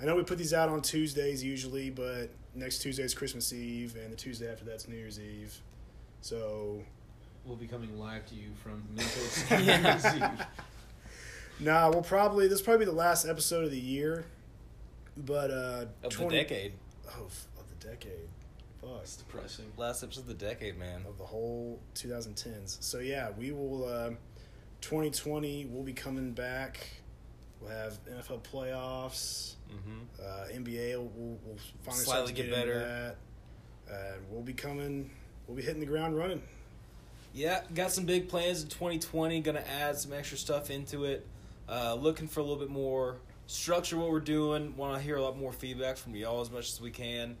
[SPEAKER 2] I know we put these out on Tuesdays usually, but next Tuesday is Christmas Eve, and the Tuesday after that's New Year's Eve. So
[SPEAKER 3] We'll be coming live to you from Memphis.
[SPEAKER 1] Yeah.
[SPEAKER 2] Nah, we'll probably this will probably be the last episode of the year, but uh,
[SPEAKER 1] Of the decade.
[SPEAKER 2] Oh, f- of the decade, fuck
[SPEAKER 3] That's depressing.
[SPEAKER 1] Last episode of the decade, man.
[SPEAKER 2] of the whole 2010s. So yeah, we will. Uh, 2020, we'll be coming back. We'll have NFL playoffs.
[SPEAKER 1] Mm-hmm.
[SPEAKER 2] Uh, NBA will will will finally start
[SPEAKER 1] Slightly
[SPEAKER 2] to
[SPEAKER 1] get
[SPEAKER 2] get, into
[SPEAKER 1] better.
[SPEAKER 2] That. Uh, we'll be coming. We'll be hitting the ground running.
[SPEAKER 1] Yeah, got some big plans in 2020. Gonna add some extra stuff into it. Uh, looking for a little bit more structure what we're doing. Want to hear a lot more feedback from y'all as much as we can.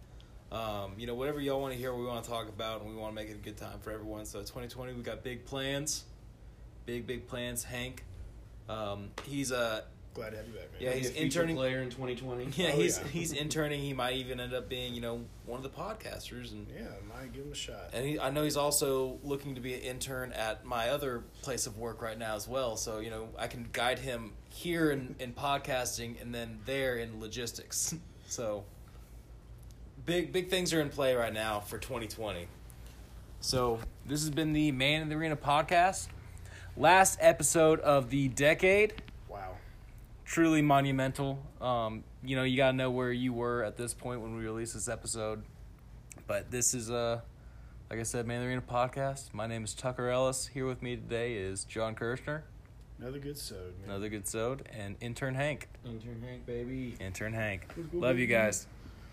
[SPEAKER 1] Um, you know, whatever y'all want to hear, we want to talk about, and we want to make it a good time for everyone. So 2020, we got big plans, big big plans. Hank, um, he's a
[SPEAKER 2] Glad to have you back, man.
[SPEAKER 1] Yeah,
[SPEAKER 3] Be
[SPEAKER 1] he's
[SPEAKER 3] a future
[SPEAKER 1] interning-
[SPEAKER 3] player in 2020.
[SPEAKER 1] yeah
[SPEAKER 2] Oh,
[SPEAKER 1] he's
[SPEAKER 2] yeah.
[SPEAKER 1] he's interning. He might even end up being you know one of the podcasters and.
[SPEAKER 2] Yeah, I might give him a shot.
[SPEAKER 1] And he, I know he's also looking to be an intern at my other place of work right now as well. So, you know, I can guide him here in, in podcasting and then there in logistics. So, big, big things are in play right now for 2020. So, this has been the Man in the Arena podcast. Last episode of the decade.
[SPEAKER 2] Wow.
[SPEAKER 1] Truly monumental. Um, you know, you got to know where you were at this point when we released this episode. But this is uh like I said, Man in the Arena podcast. My name is Tucker Ellis. Here with me today is John Kirshner,
[SPEAKER 2] Another good sode, man.
[SPEAKER 1] another good sode, and intern Hank.
[SPEAKER 3] Intern Hank, baby.
[SPEAKER 1] Intern Hank. Love you guys.